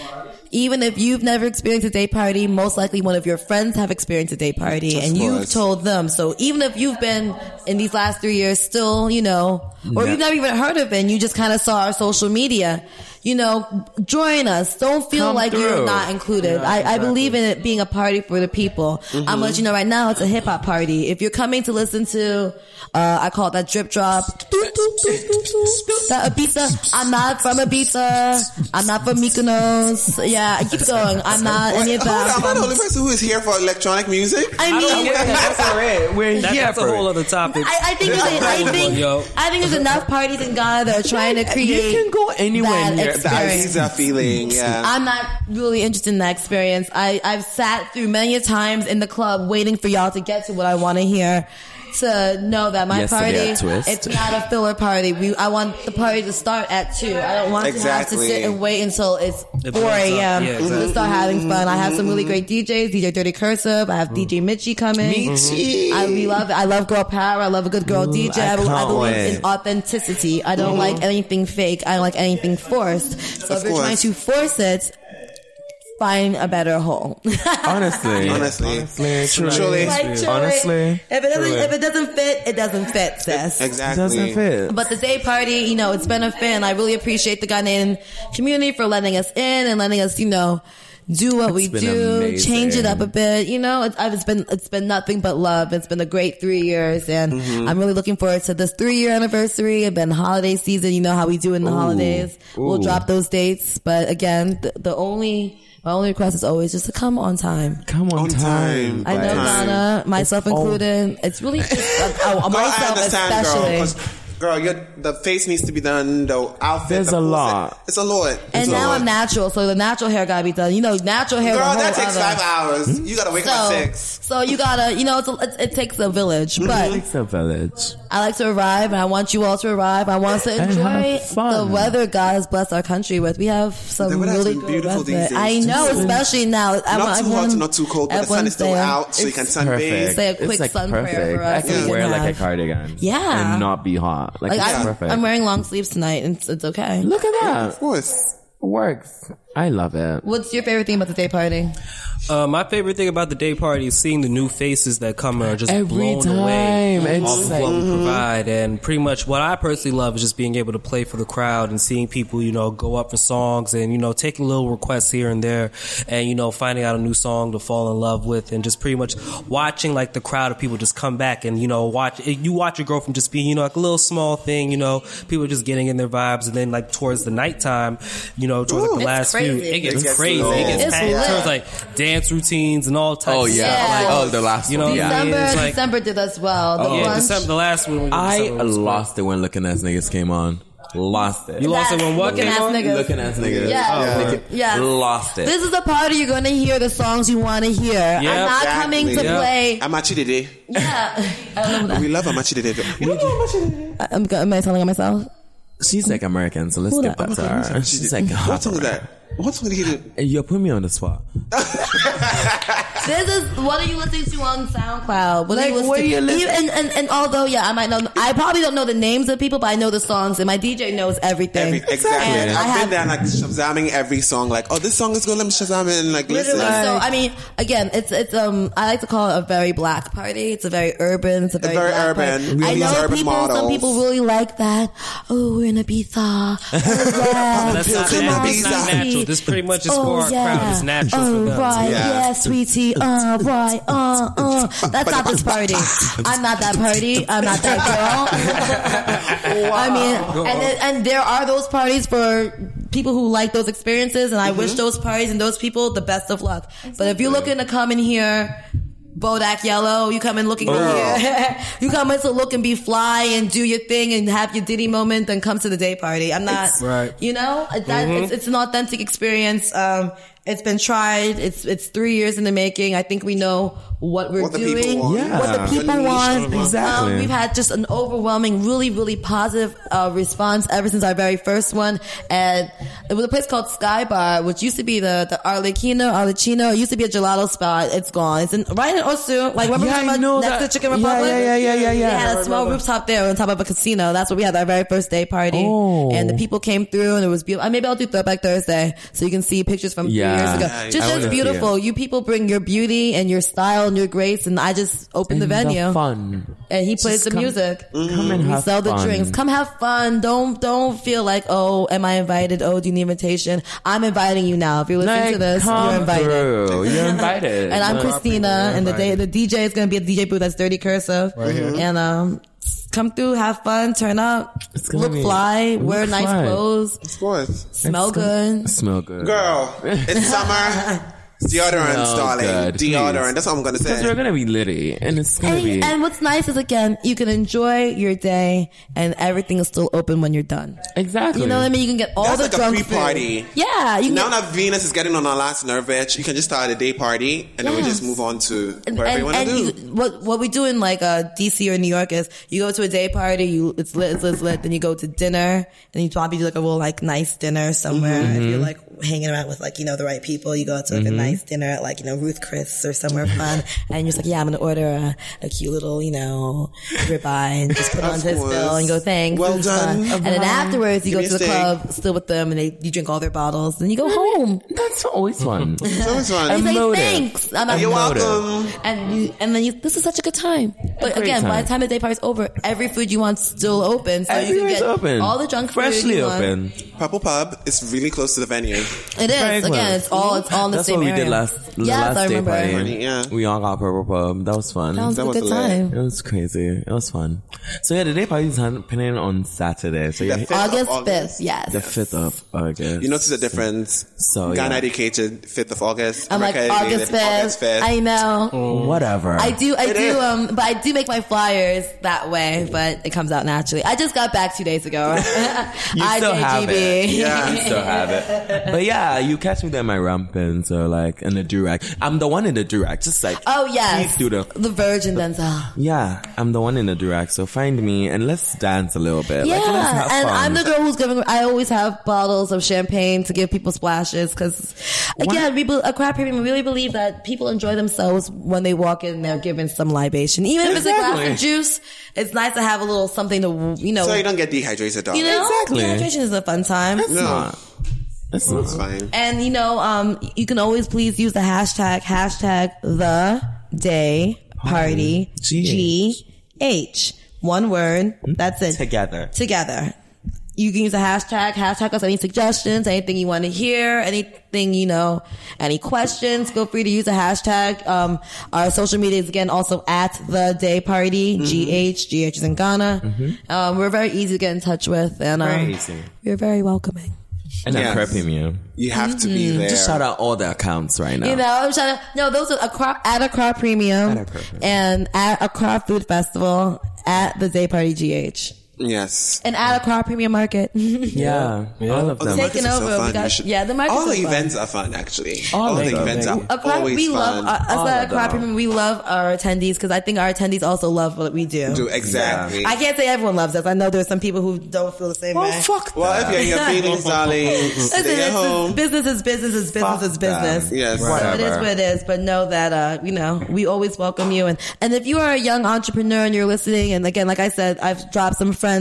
C: even if you've never experienced a day party, most likely one of your friends have experienced a day party,
A: Of
C: and you've
A: course.
C: told them. So even if you've been in these last three years, still, you know, or you've never even heard of it, and you just kind of saw our social media. You know, join us. Don't feel
B: Come
C: like you're
B: through.
C: not included. I, I believe in it being a party for the people.
B: Mm-hmm.
C: I'm letting you know right now it's a hip hop party. If you're coming to listen to, uh, I call it that drip drop. That Ibiza. I'm not from Ibiza. I'm not from Mykonos. Yeah, I keep going. I'm not any of
A: Hold on, I'm not the only
C: that.
A: person who is here for electronic music.
C: I mean,
B: We're
E: That-
B: here
E: that's a
B: for
E: whole
B: it.
E: other topic.
C: I, I think there's a, I
D: Yo.
C: think I think there's enough parties in Ghana that are trying to create.
B: can go anywhere
C: That
B: near-
A: The
C: experience.
A: Ibiza feeling, yeah.
C: I'm not really interested in that experience. I, I've sat through many a times in the club waiting for y'all to get to what I want to hear. To know that my
B: Yesterday at
C: party,
B: Twist.
C: it's not a filler party. We, I want the party to start at two. I don't want to have
A: Exactly.
C: to sit and wait until it's
D: It
C: four
D: builds up.
C: a.m.
D: Yeah,
C: to
D: exactly.
C: start having fun. I have some really great DJs, DJ Dirty Cursive. I have DJ Mitchie coming. I we love it. I love girl power. I love a good girl DJ. I,
B: I
C: believe- I
B: can't
C: believe
B: wait.
C: in authenticity. I don't like anything fake. I don't like anything forced. So if
A: Of
C: you're trying
A: course.
C: to force it, find a better hole.
B: Honestly.
A: Honestly.
B: Honestly. Truly.
A: Truly.
C: Like, truly,
B: Honestly.
C: if it doesn't
B: truly.
C: if it doesn't fit, it doesn't fit, sis.
B: It
A: Exactly.
B: doesn't fit.
C: But the day party, you know, it's been a fit, and I really appreciate the Ghanaian community for letting us in and letting us, you know, do what we
B: been
C: do,
B: amazing.
C: change it up a bit. You know, it's, I've- it's been it's been nothing but love. It's been a great three years, and
A: Mm-hmm.
C: I'm really looking forward to this three year anniversary. It's been holiday season. You know how we do in the holidays. We'll
B: Ooh.
C: drop those dates, but again, the, the only my only request is always just to come on time.
B: Come on,
A: On time.
B: time.
C: I know
A: Right.
C: Ghana, myself included. It's really just, uh, uh,
A: Girl, I
C: myself
A: understand, girl.
C: especially.
A: 'cause, Girl, your the face needs to be done. The outfit.
B: There's
A: the
B: a
A: full
B: lot.
A: set. It's a lot.
C: And
A: It's a
C: now
A: lot.
C: I'm natural, so the natural hair gotta be done. You know, natural hair.
A: Girl,
C: with a
A: that
C: whole
A: takes
C: other-
A: five hours.
B: Hmm?
A: You gotta wake up at
C: So,
A: six. Mm-hmm.
C: so you gotta, you know, it's a, it, it takes a village. But
B: It's a village.
C: I like to arrive, and I want you all to arrive. I want us to
B: And
C: enjoy
B: have
C: the
B: fun.
C: weather God has blessed our country with. We have some
A: The weather's
C: really
A: been
C: good
A: beautiful these
C: weather.
A: days.
C: I know,
A: Just
C: especially now. Not
A: not too hot, not too cold, but the sun is still out, so you can sunbathe.
B: Perfect.
C: Say a quick
B: it's like
C: sun prayer
B: perfect.
C: for us
B: I
C: so
B: can
C: we
B: wear
C: can
B: like
C: have-
B: a cardigan.
C: Yeah.
B: And not be hot. Like,
C: Like
B: it's
C: I'm,
B: perfect.
C: I'm wearing long sleeves tonight, and it's, it's okay.
B: Look at that.
A: Of course.
B: Works. I love it.
C: What's your favorite thing about the day party?
D: Uh, my favorite thing about the day party is seeing the new faces that come and are just
B: Every
D: blown away
B: time.
D: off
B: It's
D: of what
B: like, mm-hmm.
D: we provide. And pretty much what I personally love is just being able to play for the crowd and seeing people, you know, go up for songs and, you know, taking little requests here and there and, you know, finding out a new song to fall in love with and just pretty much watching like the crowd of people just come back and, you know, watch, you watch it grow from just being, you know, like a little small thing, you know, people just getting in their vibes and then like towards the nighttime, you know, towards like
A: Ooh.
D: the
A: It's
D: last few,
C: crazy.
D: it gets,
A: It gets
D: crazy.
A: long.
D: It gets
C: It's
D: packed. It
C: lit.
D: turns, like dance routines and all types
B: oh, yeah.
D: of stuff.
C: Yeah.
B: Like, oh, the last
D: You
B: you
D: know,
B: know, one.
D: Yeah.
C: December,
D: It's like- Oh,
C: December did us well. The
D: Yeah,
C: brunch.
D: December, the last one. we did in
B: I
D: December was
B: lost it when looking ass niggas came on. Lost it.
D: You lost it
C: That
D: when what
C: looking
D: came
C: ass
D: on?
C: niggas.
B: Looking ass niggas.
C: Yes.
A: Yeah.
B: Look-
C: Yes.
B: Lost it.
C: This is the party you're going to hear the songs you want to hear. I'm not
A: Exactly.
C: coming to
A: Yeah.
C: play.
A: Amachi Dede.
C: Yeah. I don't know
A: We
C: that.
A: love Amachi Dede. You know
C: I- I'm, go- am I telling on myself?
B: She's like American, so let's
C: Who
B: get
C: that-
B: back to her. She's like,
A: What song is that? What song did he do?
B: Hey, You're putting me on the spot.
C: This is what are you listening to on SoundCloud? What are you
B: Like, what are
C: listening
B: you listening-
C: Even- and, and, and although, yeah, I might know, I probably don't know the names of people, but I know the songs, and my DJ knows everything.
A: Every, exactly.
C: And I
A: I've
C: have
A: been there like shazamming every song. Like, oh, this song is good. Let me shazam it and like listen.
C: Literally, so I mean, again, it's it's um. I like to call it a very black party. It's a very urban. It's a very,
A: very
C: black
A: urban.
C: Party.
A: We
C: I
A: use
C: know
A: urban
C: people. Some
A: models.
C: people really like that. Oh, we're in Ibiza. Oh, yeah.
D: That's not,
A: Come
D: natural.
A: on,
D: It's not
A: Ibiza.
D: natural. This pretty much is for our crowd. It's natural
C: Oh,
D: for them.
C: right,
A: Yeah.
C: yeah. sweetie. Uh, right, uh, uh. That's not this party. I'm not that party. I'm not that girl. I mean, and, it- and there are those parties for people who like those experiences, and
D: Mm-hmm.
C: I wish those parties and those people the best of luck. But if you're looking to come in here, Bodak Yellow, you come in looking
A: Girl.
C: here.
D: Oh.
C: you come in to look and be fly and do your thing and have your Diddy moment, then come to the day party. I'm not,
D: Right.
C: Uh,
B: Mm-hmm.
C: you know, that, it's, it's an authentic experience. Um, It's been tried. It's it's three years in the making. I think we know what we're
A: What the
C: doing,
A: people want.
B: Yeah.
C: what the people
A: The niche
C: want.
A: people want.
B: Exactly.
C: Um, we've had just an overwhelming, really, really positive uh, response ever since our very first one. And it was a place called Sky Bar, which used to be the the Arlecchino, Arlecchino. It used to be a gelato spot. It's gone. It's in right in Osu. Like remember
B: Yeah,
C: we
B: I
C: talked
B: know
C: about
B: that.
C: next to Chicken
B: Yeah,
C: Republic?
B: yeah, yeah, yeah, yeah, yeah.
C: They had
B: I
C: a small
B: remember.
C: rooftop there on top of a casino. That's where we had our very first day party.
B: Oh.
C: And the people came through, and it was beautiful. Uh, Maybe I'll do Throwback Thursday so you can see pictures
B: Yeah.
C: from three years ago.
B: Yeah,
C: just
B: I
C: as
B: wanna see it.
C: beautiful. You people bring your beauty and your style and your grace, and I just open the venue
B: fun.
C: and he plays
B: Just
C: the
B: come-
C: music.
B: Come and
C: We
B: have
C: sell the
B: fun.
C: drinks. Come have fun. Don't don't feel like oh, am I invited? Oh, do you need invitation? I'm inviting you now. If you're
B: Like,
C: listening to this,
B: come
C: you're invited.
B: through. You're invited.
C: And I'm
B: Look.
C: Christina, and the day the DJ is gonna be a DJ booth that's dirty cursive, and um, come through, have fun, turn up,
B: gonna
C: look
B: be-
C: fly,
B: look
C: wear nice
B: fly.
C: clothes,
A: Of course.
C: smell good.
B: Smell good.
A: Girl, it's summer. Deodorant,
B: Smell
A: darling.
B: good, Oh, please.
A: Deodorant. That's what I'm going to
B: Because we're
A: say.
B: gonna be litty, and it's gonna be.
C: And, and what's nice is again, you can enjoy your day, and everything is still open when you're done.
B: Exactly.
C: You know what I mean? You can get all
A: That's
C: the
A: like a
C: drunk
A: free
C: food.
A: party.
C: Yeah, you can
A: Now
C: get-
A: that Venus is getting on our last nerve itch, you can just start a day party and then we
C: Yeah.
A: just move on to
C: and,
A: whatever you
C: and,
A: want to
C: and
A: do.
C: you- what what we do in like uh, DC or New York is you go to a day party, you it's lit, it's lit, it's lit. Then you go to dinner, and you probably do like a real like nice dinner somewhere.
A: Mm-hmm.
C: If you're like hanging around with like you know the right people, you go out to like a nice dinner at like you know Ruth Chris or somewhere fun, and you're just like, yeah, I'm gonna order a, a cute little you know ribeye and just put it
A: Of
C: on his
A: course.
C: bill and go thanks.
A: Well
C: It was fun."
A: done. Uh-huh.
C: And then afterwards you
A: Give me
C: go to
A: a
C: the
A: steak.
C: club still with them, and they you drink all their bottles, and you go home.
B: That's always fun.
A: It's always fun.
C: Say
B: Motive.
C: thanks. I'm not-
A: You're
B: motive.
A: welcome.
C: and you, and then you, this is such a good time. But
B: great
C: again, by
B: time.
C: the time the day party's over, every food you want's still open, so you can
B: Everywhere's
C: get
B: open.
C: all the junk
B: freshly
C: food you want.
B: open.
A: Purple Pub is really close to the venue.
C: It is
B: Very
C: again.
B: close.
C: It's all it's all in the
B: That's
C: same
B: what we
C: area.
B: did last the
C: Yes,
B: last
C: I
B: day
C: remember.
B: party.
A: Yeah.
B: We all got purple pub. That was fun.
C: That was
A: That
C: a
A: was
C: good
A: lit.
C: time.
B: it was crazy. It was fun. So yeah, the day party is happening on Saturday. So
A: The
B: yeah,
A: fifth of
C: August fifth, yes.
B: the fifth of August.
A: You notice the difference.
B: So,
A: Ghana
B: Oh, yeah.
A: educated 5th of August.
C: I'm like
A: America
C: August
A: educated August
C: fifth.
A: 5th.
C: I know.
B: whatever.
C: I do, I
A: It
C: do,
A: is.
C: um, but I do make my flyers that way, but it comes out naturally. I just got back two days ago. I
B: still
C: did
B: have
C: GB.
B: it.
A: Yeah.
B: still have it. But yeah, you catch me there in my rampant or like in the durag. I'm the one in the durag. Just like
C: Oh
B: please
C: yes,
B: do the
C: the Virgin Denzel.
B: yeah. I'm the one in the durag. So find me and let's dance a little bit.
C: Yeah,
B: like, let's have
C: and
B: fun.
C: I'm the girl who's giving. I always have bottles of champagne to give people splashes because, again, we be, a crap premium really believe that people enjoy themselves when they walk in and they're given some libation, even if it's a glass
B: Exactly.
C: of juice. It's nice to have a little something to you know.
A: So you don't get dehydrated, darling.
C: you know,
B: Exactly.
C: Dehydration is a fun time.
B: It's not. It's not.
A: It's fine.
C: And you know, um, you can always please use the hashtag hashtag the day party
B: G
C: G H one word. That's it
B: Together.
C: together. You can use a hashtag, hashtag us any suggestions, anything you want to hear, anything, you know, any questions. Feel free to use a hashtag. Um, our social media is again also at the day party, GH, GH is in Ghana. Um, we're very easy to get in touch with and, um,
B: Very easy.
C: we're very welcoming.
B: And
A: Yes.
B: I'm prepping you.
A: You have to be
C: Mm-hmm.
A: there.
B: Just shout out all the accounts right now.
C: You know, I'm trying to, no, those are Accra, at Accra Premium
B: Accra Premium.
C: and at Accra Food Festival at the day party, GH.
A: Yes.
C: And at Accra Premium Market.
B: yeah. All of
A: Oh, the
B: them.
C: Taking
A: markets are so
C: over, we
A: fun. You
C: got-
A: should-
C: yeah, the markets
A: All
C: are
A: the
C: fun.
A: events are fun, actually.
B: All
A: All
B: of
A: the
B: them.
A: events are
C: Of course,
A: always
C: we
A: fun.
C: love our,
B: All
C: as
B: of
C: a crowd
B: them.
C: people, we love our attendees because I think our attendees also love what we do.
A: Do exactly.
C: I can't say everyone loves us. I know there's some people who don't feel the same
B: Oh,
C: way.
B: fuck
A: Well, if
B: that.
A: you're in your feelings, darling,
C: Listen,
A: stay
C: it's
A: at
C: just-
A: home.
C: business is business is business
B: Fuck
C: is business.
B: them.
A: Yes.
C: So it is
B: Whatever.
C: what it is, but know that uh, you know we always welcome you. And and if you are a young entrepreneur and you're listening, and again, like I said, I've dropped some friends.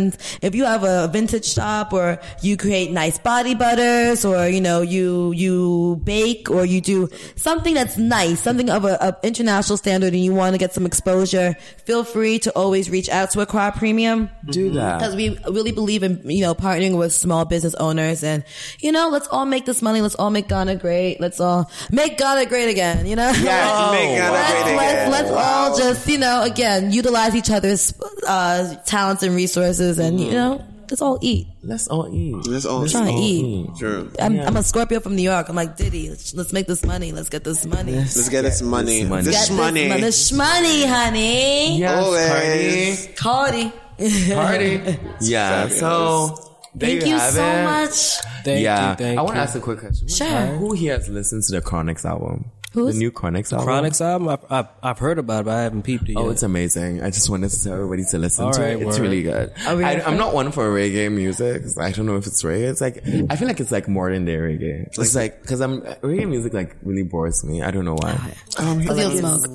C: If you have a vintage shop or you create nice body butters, or you know you you bake or you do something that's nice, something of a of international standard, and you want to get some exposure, feel free to always reach out to Accra Premium
B: Do
C: because
B: that.
C: we really believe in you know partnering with small business owners and you know let's all make this money let's all make ghana great let's all make ghana great again you know
A: Yes,
B: Oh,
A: make Ghana
B: wow.
A: great
C: Let's,
A: again.
C: let's, let's
A: Wow.
C: all just, you know, again, utilize each other's uh, talents and resources and, you know, let's all eat.
B: Let's all eat.
A: Let's all
C: Try to
A: eat.
C: eat.
A: True.
C: I'm,
B: Yeah.
C: I'm a Scorpio from New York. I'm like, Diddy, let's, let's make this money. Let's get this money. Get
A: Let's get this money.
B: money.
A: This
B: Get
C: this
A: money.
C: mon- This money, honey.
B: Yes,
A: Always.
C: Cardi.
B: party. party. Yeah.
A: Fabulous.
B: So there
C: Thank
B: you,
C: you
B: have
C: so
B: it.
C: much.
D: Thank
B: yeah.
D: you, thank
B: I want to
D: you.
B: ask a quick question.
C: Sure.
B: Who here has listened to the Chronics album?
C: Who's-
B: the new Chronics album?
D: Chronic's album, I've, I've, I've heard about it, but I haven't peeped it yet.
B: Oh, it's amazing. I just wanted to tell everybody to listen
D: All
B: to
D: right,
B: it. It's
D: word.
B: really good.
C: we
B: I,
C: gonna-
B: I'm not one for reggae music. 'cause I don't know if it's reggae. It's like, I feel like it's like modern day reggae. It's like, cause I'm, reggae music like really bores me. I don't know
C: Ah.
B: why.
A: Um,
C: But you'll smoke.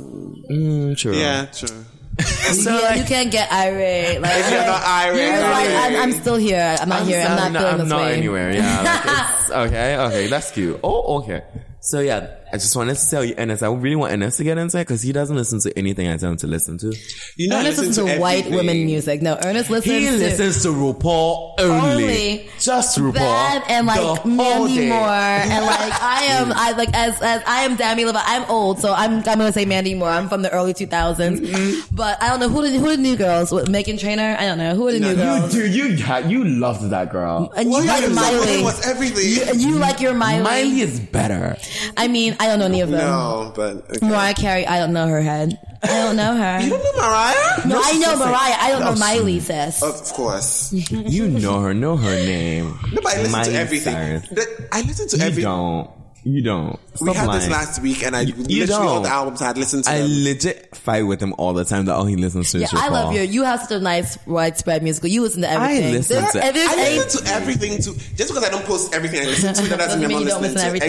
B: Mm, true.
A: yeah, true.
C: you, you can't get irate. Like,
A: If you're not irate,
C: You're like,
A: irate.
C: I'm, I'm still here. I'm not here. I'm not
B: no,
C: feeling
B: I'm
C: this
B: not
C: way.
B: anywhere. Yeah. like, it's- okay. Okay. That's cute. Oh, okay. So yeah, I just wanted to tell you, Ennis. I really want Ennis to get into it because he doesn't listen to anything I tell him to listen to.
A: You know, I
C: Ernest
A: listen
C: listens to,
A: to
C: white
A: everything.
C: women music. No, Ernest listens
B: He
C: to
B: listens to RuPaul only,
C: Only.
B: just RuPaul.
C: that and
B: the
C: like
B: whole
C: Mandy
B: day.
C: Moore and like I am I like as as I am Demi Lovato. I'm old, so I'm I'm gonna say Mandy Moore. I'm from the early 2000s, but I don't know who the who the new girls. What, Megan Trainer? I don't know who the new
B: You,
C: girls.
B: dude, you had- you loved that girl.
C: And
A: Well,
C: you
A: yeah, it
C: like
A: was,
C: Miley.
A: it was everything.
C: And you like your Miley.
B: Miley is better.
C: I mean, I don't know any of them.
A: No, but okay.
C: Mariah Carey, I don't know her head. I don't know
A: You
C: her.
A: don't know Mariah?
C: No, I know Mariah. I don't know
B: she-
C: Miley, sis.
A: Of of course.
B: You know her, know her name.
A: No, but I listen
B: Miley
A: to everything.
B: Cyrus.
A: The- I listen to
B: You
A: everything.
B: don't. You don't.
A: We
B: Stop
A: had this
B: lying.
A: last week, and I literally
B: don't.
A: all the albums I had listened to.
B: I
A: them.
B: legit fight with him all the time that all he listens to
C: Yeah,
B: is RuPaul.
C: I love you. You have such a nice widespread musical. You listen to everything.
B: listen
C: There-
B: to-
C: if there's
A: I
C: any-
A: listen to everything too. Just because I don't post everything I listen to, that doesn't
C: Doesn't
A: mean I'm
C: mean you
A: not
C: don't
A: listening
C: listen
A: to
C: to
A: it.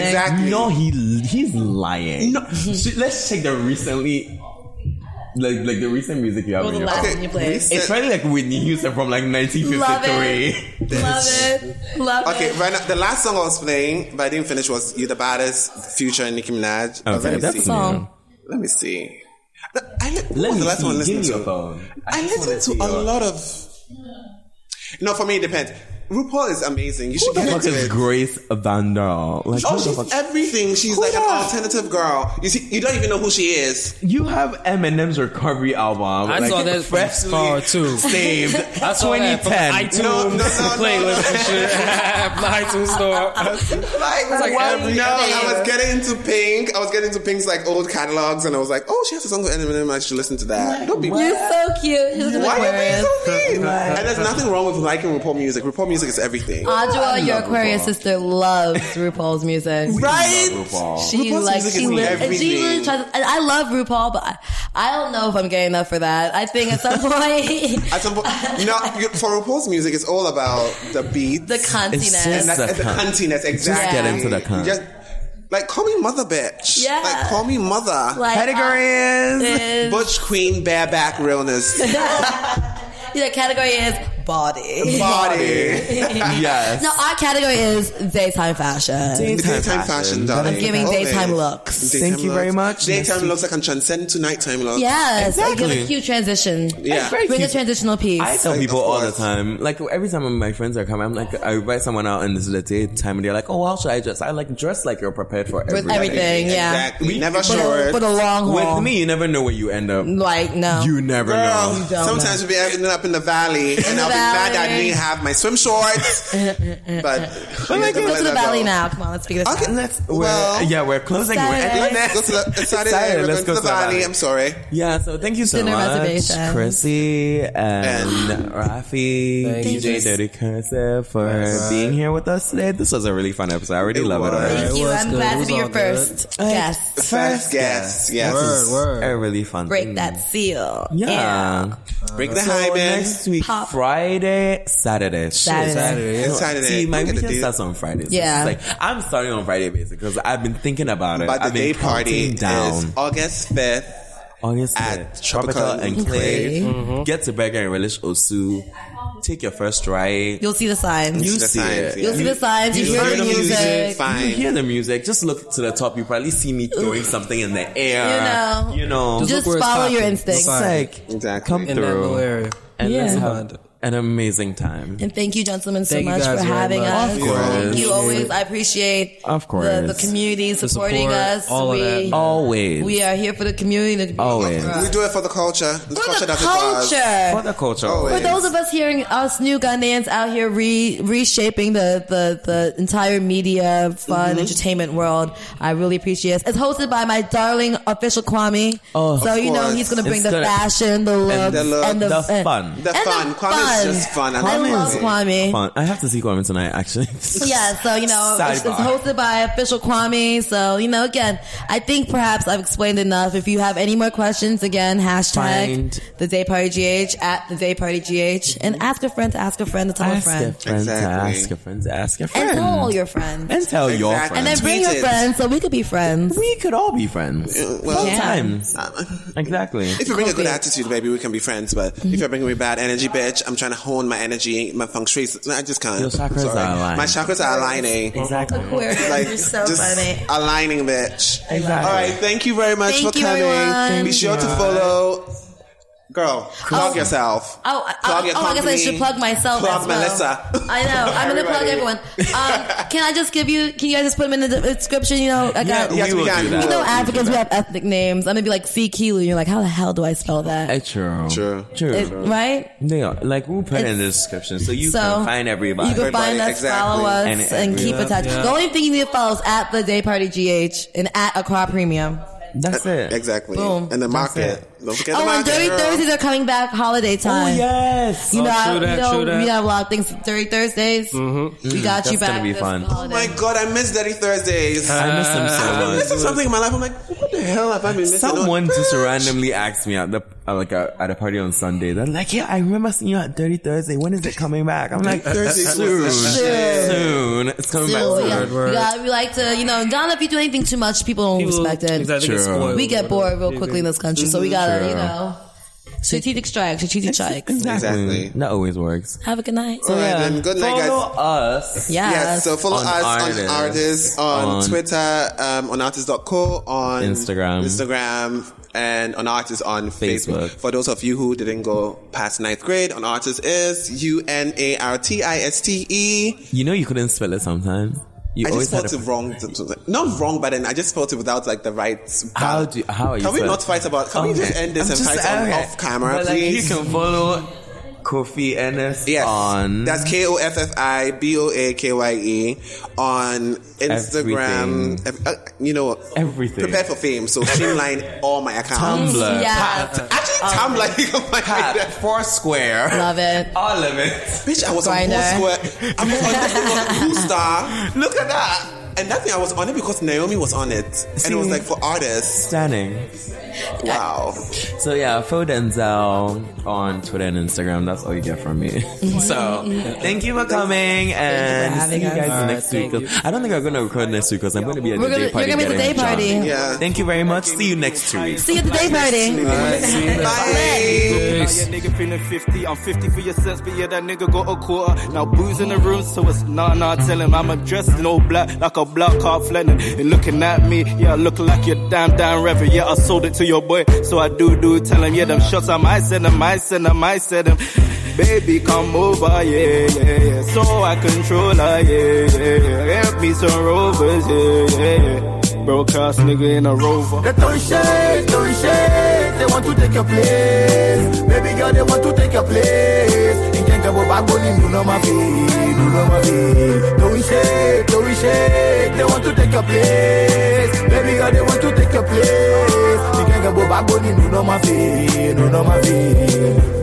A: Exactly.
C: everything.
B: No, he he's lying.
A: No.
B: So let's check the recently, like like the recent music you have
C: What
B: on
C: was the
B: your
C: last
B: phone.
C: one you played?
A: recent-
B: It's probably like Whitney Houston from like
C: Love
B: 1953.
C: it. Love it. Love
A: Okay,
C: it.
A: right now, the last song I was playing, but I didn't finish, was You the Baddest, Future, and Nicki Minaj. But
B: Okay,
A: let me
B: that's
A: see.
C: Song.
A: Let me see. I, li- what
B: Let
A: was
B: me
A: the last
B: see.
A: one I
B: Give
A: listened
B: me
A: to?
B: your phone.
A: I
B: just wanna
A: listen
B: see
A: to a
B: your-
A: lot of. No, for me, it depends. RuPaul is amazing. You should
B: Who
A: get
B: the fuck
A: into
B: is
A: it.
B: Grace Vandal? Like,
A: Oh,
B: who the
A: she's
B: fuck-
A: everything. She's like an alternative girl. You see, you don't even know who she is.
B: you have Eminem's recovery album.
D: I
B: like,
D: saw that from
B: freshly
D: far too.
B: Saved.
D: I saw that from
B: 2010.
D: iTunes
A: No, no, no,
D: playlist and shit. From the iTunes store.
A: Like,
D: like
A: wow,
D: everything.
A: no, I was getting into Pink. I was getting into Pink's like old catalogs, and I was like, oh, she has a song with Eminem. I should listen to that. Don't be.
C: You're so cute. She's an
A: Why are
C: Aquarius.
A: you being so mean? and there's nothing wrong with liking RuPaul music. RuPaul music is everything.
C: Ajua, your Aquarius sister, loves RuPaul's music.
A: right?
B: RuPaul.
C: She
A: RuPaul's
C: like
A: music
C: she
A: is
C: li- and she
A: everything.
C: really tries. And I love RuPaul, but I, I don't know if I'm gay enough for that. I think at some point
A: At some point, no, you- for RuPaul's music, it's all about the beats,
C: the
B: It's just-
C: cuntiness.
A: That's
B: The
A: the
B: cunt.
A: cuntiness, exactly.
C: get
B: into the cunt.
A: Just- like, call me mother, bitch.
C: Yeah.
A: Like, call me mother.
C: Like,
B: Category is.
C: is,
A: Butch queen, bareback realness,
C: yeah, category is body.
A: body.
B: Yes.
C: No, our category is daytime fashion.
A: Daytime fashion, darling.
C: It's giving
A: Always.
C: daytime looks.
A: Daytime
B: you very
A: looks.
B: much. Next
A: Daytime
B: week.
A: looks that can transcend to nighttime looks.
C: Yes,
B: Exactly.
C: give a cute transition.
A: Yeah.
B: very
C: Bring a
B: cute.
C: transitional piece.
B: I tell
A: Like,
B: people
A: of
B: all the
A: course.
B: time, like every time my friends are coming, I'm like, I invite someone out and this is the daytime, and they're like, "Oh, how should I dress?" I like dress like you're prepared for everything.
C: everything, yeah.
A: Exactly.
B: We-
A: Never
C: for, the,
A: short.
C: for the long haul.
B: With me, you never know where you end up.
C: Like, no.
B: You never
A: Girl,
B: know.
C: don't
A: sometimes we'll be ending up in the valley, and I'll be mad that I
C: valley.
A: didn't have my swim shorts. but
C: Let's go to the valley now. Come on, let's figure this
A: Okay,
C: out.
A: let's.
B: We're-
A: Well,
B: yeah, we're closing. We're
C: Saturday.
B: ending
A: Let's go
B: next.
A: to the, it's Saturday,
B: Saturday,
A: we're
B: let's
A: going to
B: go
A: the valley. I'm sorry.
B: Yeah, so thank you so
C: Dinner
B: much,
C: reservations.
B: Chrissy and
A: And-
B: Rafi,
D: Thank you.
B: DJ Dirty Cursor for
D: Yes.
B: being here with us today. This was a really fun episode. I already
A: It
B: love it
A: was.
B: already.
C: Thank
D: It
C: you.
D: was
C: I'm
D: good. It
C: glad to
D: was
C: be your
D: all good.
C: first guest.
A: First guest, yes.
D: Word, word.
B: A really fun.
C: Break
B: thing.
C: that
D: Mm.
C: seal.
B: Yeah.
A: Break the
B: So
A: hymen.
B: next week,
C: Pop.
B: Friday, Saturday.
C: Saturday.
D: Saturday.
A: It's
D: yeah.
A: Saturday.
B: See, my
A: Look at the
B: weekend
A: day-
B: starts on Friday. So it's
C: Yeah.
B: like I'm starting on Friday basically because I've been thinking about it.
A: But the
B: I've been
A: day party
B: counting down.
A: is August 5th.
B: Honestly,
A: At
B: Tropical
A: Tropical
B: and Clay.
C: Enclave.
B: Get to Burger and Relish Osu. Take your first ride.
C: You'll see the signs.
B: You
A: the
B: see
A: signs,
B: it.
A: yeah.
C: You'll see the signs. You,
A: Learn
C: hear the music.
B: You
A: Fine.
B: hear the music. Just look to the top. You probably see me throwing something in the air.
C: You know.
B: You know.
C: Just
D: Look where it's
C: follow your
D: popping.
C: instincts.
D: Look
B: It's
D: fine.
B: like
A: Exactly.
B: come
D: in that
B: through
D: little area.
B: and let's
C: Yeah.
B: have an amazing time.
C: And thank you, gentlemen, so
D: Thank you
C: much
D: guys
C: for
D: very
C: having
D: much.
C: us.
B: Of course.
C: Thank you always. I appreciate
B: Of course.
C: the, the community supporting
D: support,
C: us.
D: all of
C: we,
D: that.
B: Always.
C: we are here for the community. The community
B: Always.
C: for us.
A: We do it for the culture. The
C: For
A: culture
C: the
A: does it for us.
B: for
C: culture.
B: the culture.
A: Always.
C: For those of us hearing us new Ghanaians out here re- reshaping the, the, the entire media, fun,
A: Mm-hmm.
C: entertainment world, I really appreciate it. It's hosted by my darling official Kwame.
B: Oh,
C: so
A: Of
C: you know
A: course.
C: he's going to bring
B: It's
C: the
B: gonna-
C: fashion, the looks,
B: the
C: and the,
A: look,
B: the fun.
A: The
C: and
A: fun.
C: The
A: Kwame It's just fun. I
C: I
A: love
C: love
A: it.
C: Kwame.
B: Fun. I have to see Gorman tonight, actually.
C: Yeah, so you know, it's, it's
B: Sidebar.
C: hosted by official Kwame. So you know, again, I think perhaps I've explained enough. If you have any more questions, again, hashtag
B: Find-
C: the Day Party GH at the Day Party GH, and ask a friend to ask a friend to tell a
B: Ask your
C: friend,
B: friend to
A: Exactly.
B: ask your friend to ask your
C: and
B: friend.
C: tell all your friends,
B: And tell your
A: Exactly.
B: friends.
C: and then bring
A: Tweet
C: your
A: it.
C: friends so we could be friends.
B: we could all be friends.
A: well,
C: Yeah.
B: Sometimes.
A: Um,
B: Exactly.
A: If you bring a good
C: Coffee.
A: attitude, baby, we can be friends. But if you're bringing me bad energy, bitch, I'm trying to hone my energy, my feng shui. No, I just can't.
B: Your chakras
A: Sorry.
B: are aligned.
A: My chakras are aligning.
B: Exactly.
C: Aquarius,
A: Like,
C: you're so
A: just
C: funny.
A: aligning, bitch.
B: Exactly.
A: All right. Thank you very much
C: Thank
A: for
C: you,
A: coming.
C: everyone.
A: Be sure to follow. Girl, plug
C: Oh.
A: yourself.
C: Oh, I,
A: Plug
C: I,
A: your
C: oh, I guess I
A: company.
C: should plug myself
A: Plug
C: as well.
A: Melissa.
C: I know. I'm going to plug
A: Everybody.
C: everyone. Um, can I just give you, can you guys just put them in the description? You know, I got,
A: yes,
B: we will
A: got
B: do
A: you.
B: that.
C: you know,
A: We'll do
C: Africans, we have ethnic names. I'm going to be like C. Kilu. You're like, how the hell do I spell that?
B: Eh, True.
A: True.
B: True.
C: It- right?
B: They are. Like, we'll put it in the
C: It's-
B: description so you
C: so
B: can find everybody.
C: You can
A: Everybody,
C: find us,
A: exactly.
C: follow us,
B: And
C: and,
B: everyone.
C: keep in touch.
D: Yeah.
C: The only thing you need to follow is at the Day Party GH and at Accra Premium.
B: That's it.
A: Exactly.
C: Boom.
A: And the
B: That's
A: market. Don't forget the
C: oh, and
A: market.
C: Dirty
A: girl.
C: Thursdays are coming back holiday
B: Oh,
C: time.
B: yes.
C: You know,
D: Oh,
C: I-
D: true
C: you
D: that,
C: know
D: true that. Mm-hmm.
C: we have a lot of things. Dirty Thursdays, we got
B: That's
C: you back.
B: gonna be
C: this
B: fun.
A: Oh
C: holiday.
A: my god, I miss Dirty Thursdays.
B: I miss them
A: I've been
B: so
A: missing
B: much.
A: something in my life. I'm like, what the hell have I been missing?
B: Someone
A: Oh,
B: just
A: bitch.
B: randomly asked me at the uh, like uh, at a party on Sunday. They're like, "Yeah, I remember seeing you at Dirty Thursday. When is it coming back?" I'm like,
A: Thursdays
B: "Soon,
A: was the shit.
B: soon. It's coming back
C: So,
B: soon."
C: yeah.
D: Word, word.
C: You gotta- we like to, you know, don't if you do anything too much, people don't respect it.
D: Exactly.
B: True.
C: We get bored real quickly in this country, so we gotta, you know, strategic strikes, strategic strikes.
A: Exactly.
B: That always works.
C: Have a good night.
A: All right, then. Good night, guys.
B: Follow us.
C: Yes.
A: Yes, so follow
B: On
A: us on
B: artists,
A: artists on,
B: on-
A: Twitter, um, on artists.co, on
B: Instagram.
A: Instagram, and on artists on Facebook.
B: Facebook.
A: For those of you who didn't go past ninth grade, on artists is U N A R T I S T E.
B: You know you couldn't spell it sometimes. You
A: I
B: always
A: just
B: had
A: spelled
B: to.
A: it wrong, not wrong, but then I just spelled it without like the right.
B: How
A: vowel.
B: do how are you?
A: Can we
B: spell-
A: not fight about? Can we just
B: Okay.
A: end this
B: I'm
A: and
B: just-
A: fight on,
B: okay.
A: off camera,
B: But, like,
A: please?
B: You can follow Kofi Ennis
A: Yes.
B: on
A: That's K O F F I B O A K Y E on Instagram. Ev- uh, you know, what?
B: Everything.
A: Prepare for fame. So streamline all my accounts.
B: Tumblr,
C: Yeah.
B: Pat,
A: Actually, Tumblr. you can find
B: Pat,
A: that.
B: Foursquare.
C: Love it.
B: All of it.
A: Bitch, I was
C: Grindr.
A: on Foursquare. I'm on Star. Look at that. And that thing, I was on it because Naomi was on it. And it was
B: See?
A: like for artists.
B: Stunning.
A: Wow.
B: So yeah, Faux Denzel on Twitter and Instagram. That's all you get from me. so thank you for coming, and
C: for having
B: see you guys
C: us.
B: next week. 'Cause I don't think I'm gonna record next week because I'm gonna be at
C: We're
B: the
C: gonna-
B: day party.
C: you're gonna be at the
B: getting
C: day
B: drunk.
C: party.
A: Yeah.
B: Thank you very much. See you next two weeks.
C: See you at the day party.
A: Bye.
D: Peace.
E: Now your nigga feeling 50. I'm 50 for your cents, but yeah, that nigga got a quarter. Now booze in the room, so it's nah nah. Tell him I'm dressed in all black, like a black card flanning. And looking at me, yeah, I look like your damn damn reverend. Yeah, I sold it to your boy, so I do do tell him. Yeah, them shots I might send him, I send him, I send him. Baby, come over, yeah, yeah, yeah. So I control her, yeah, yeah, yeah. Help me some rovers, yeah, yeah, yeah. Broke ass nigga in a rover.
F: They don't shake, don't shake. They want to take your place. Baby girl, they want to take your place. In Kenka Bobagoni, no no mafi, no no mafi. Don't shake, don't shake. They want to take your place. Baby girl, they want to take your place. In Kenka Bobagoni, no no mafi, no no mafi.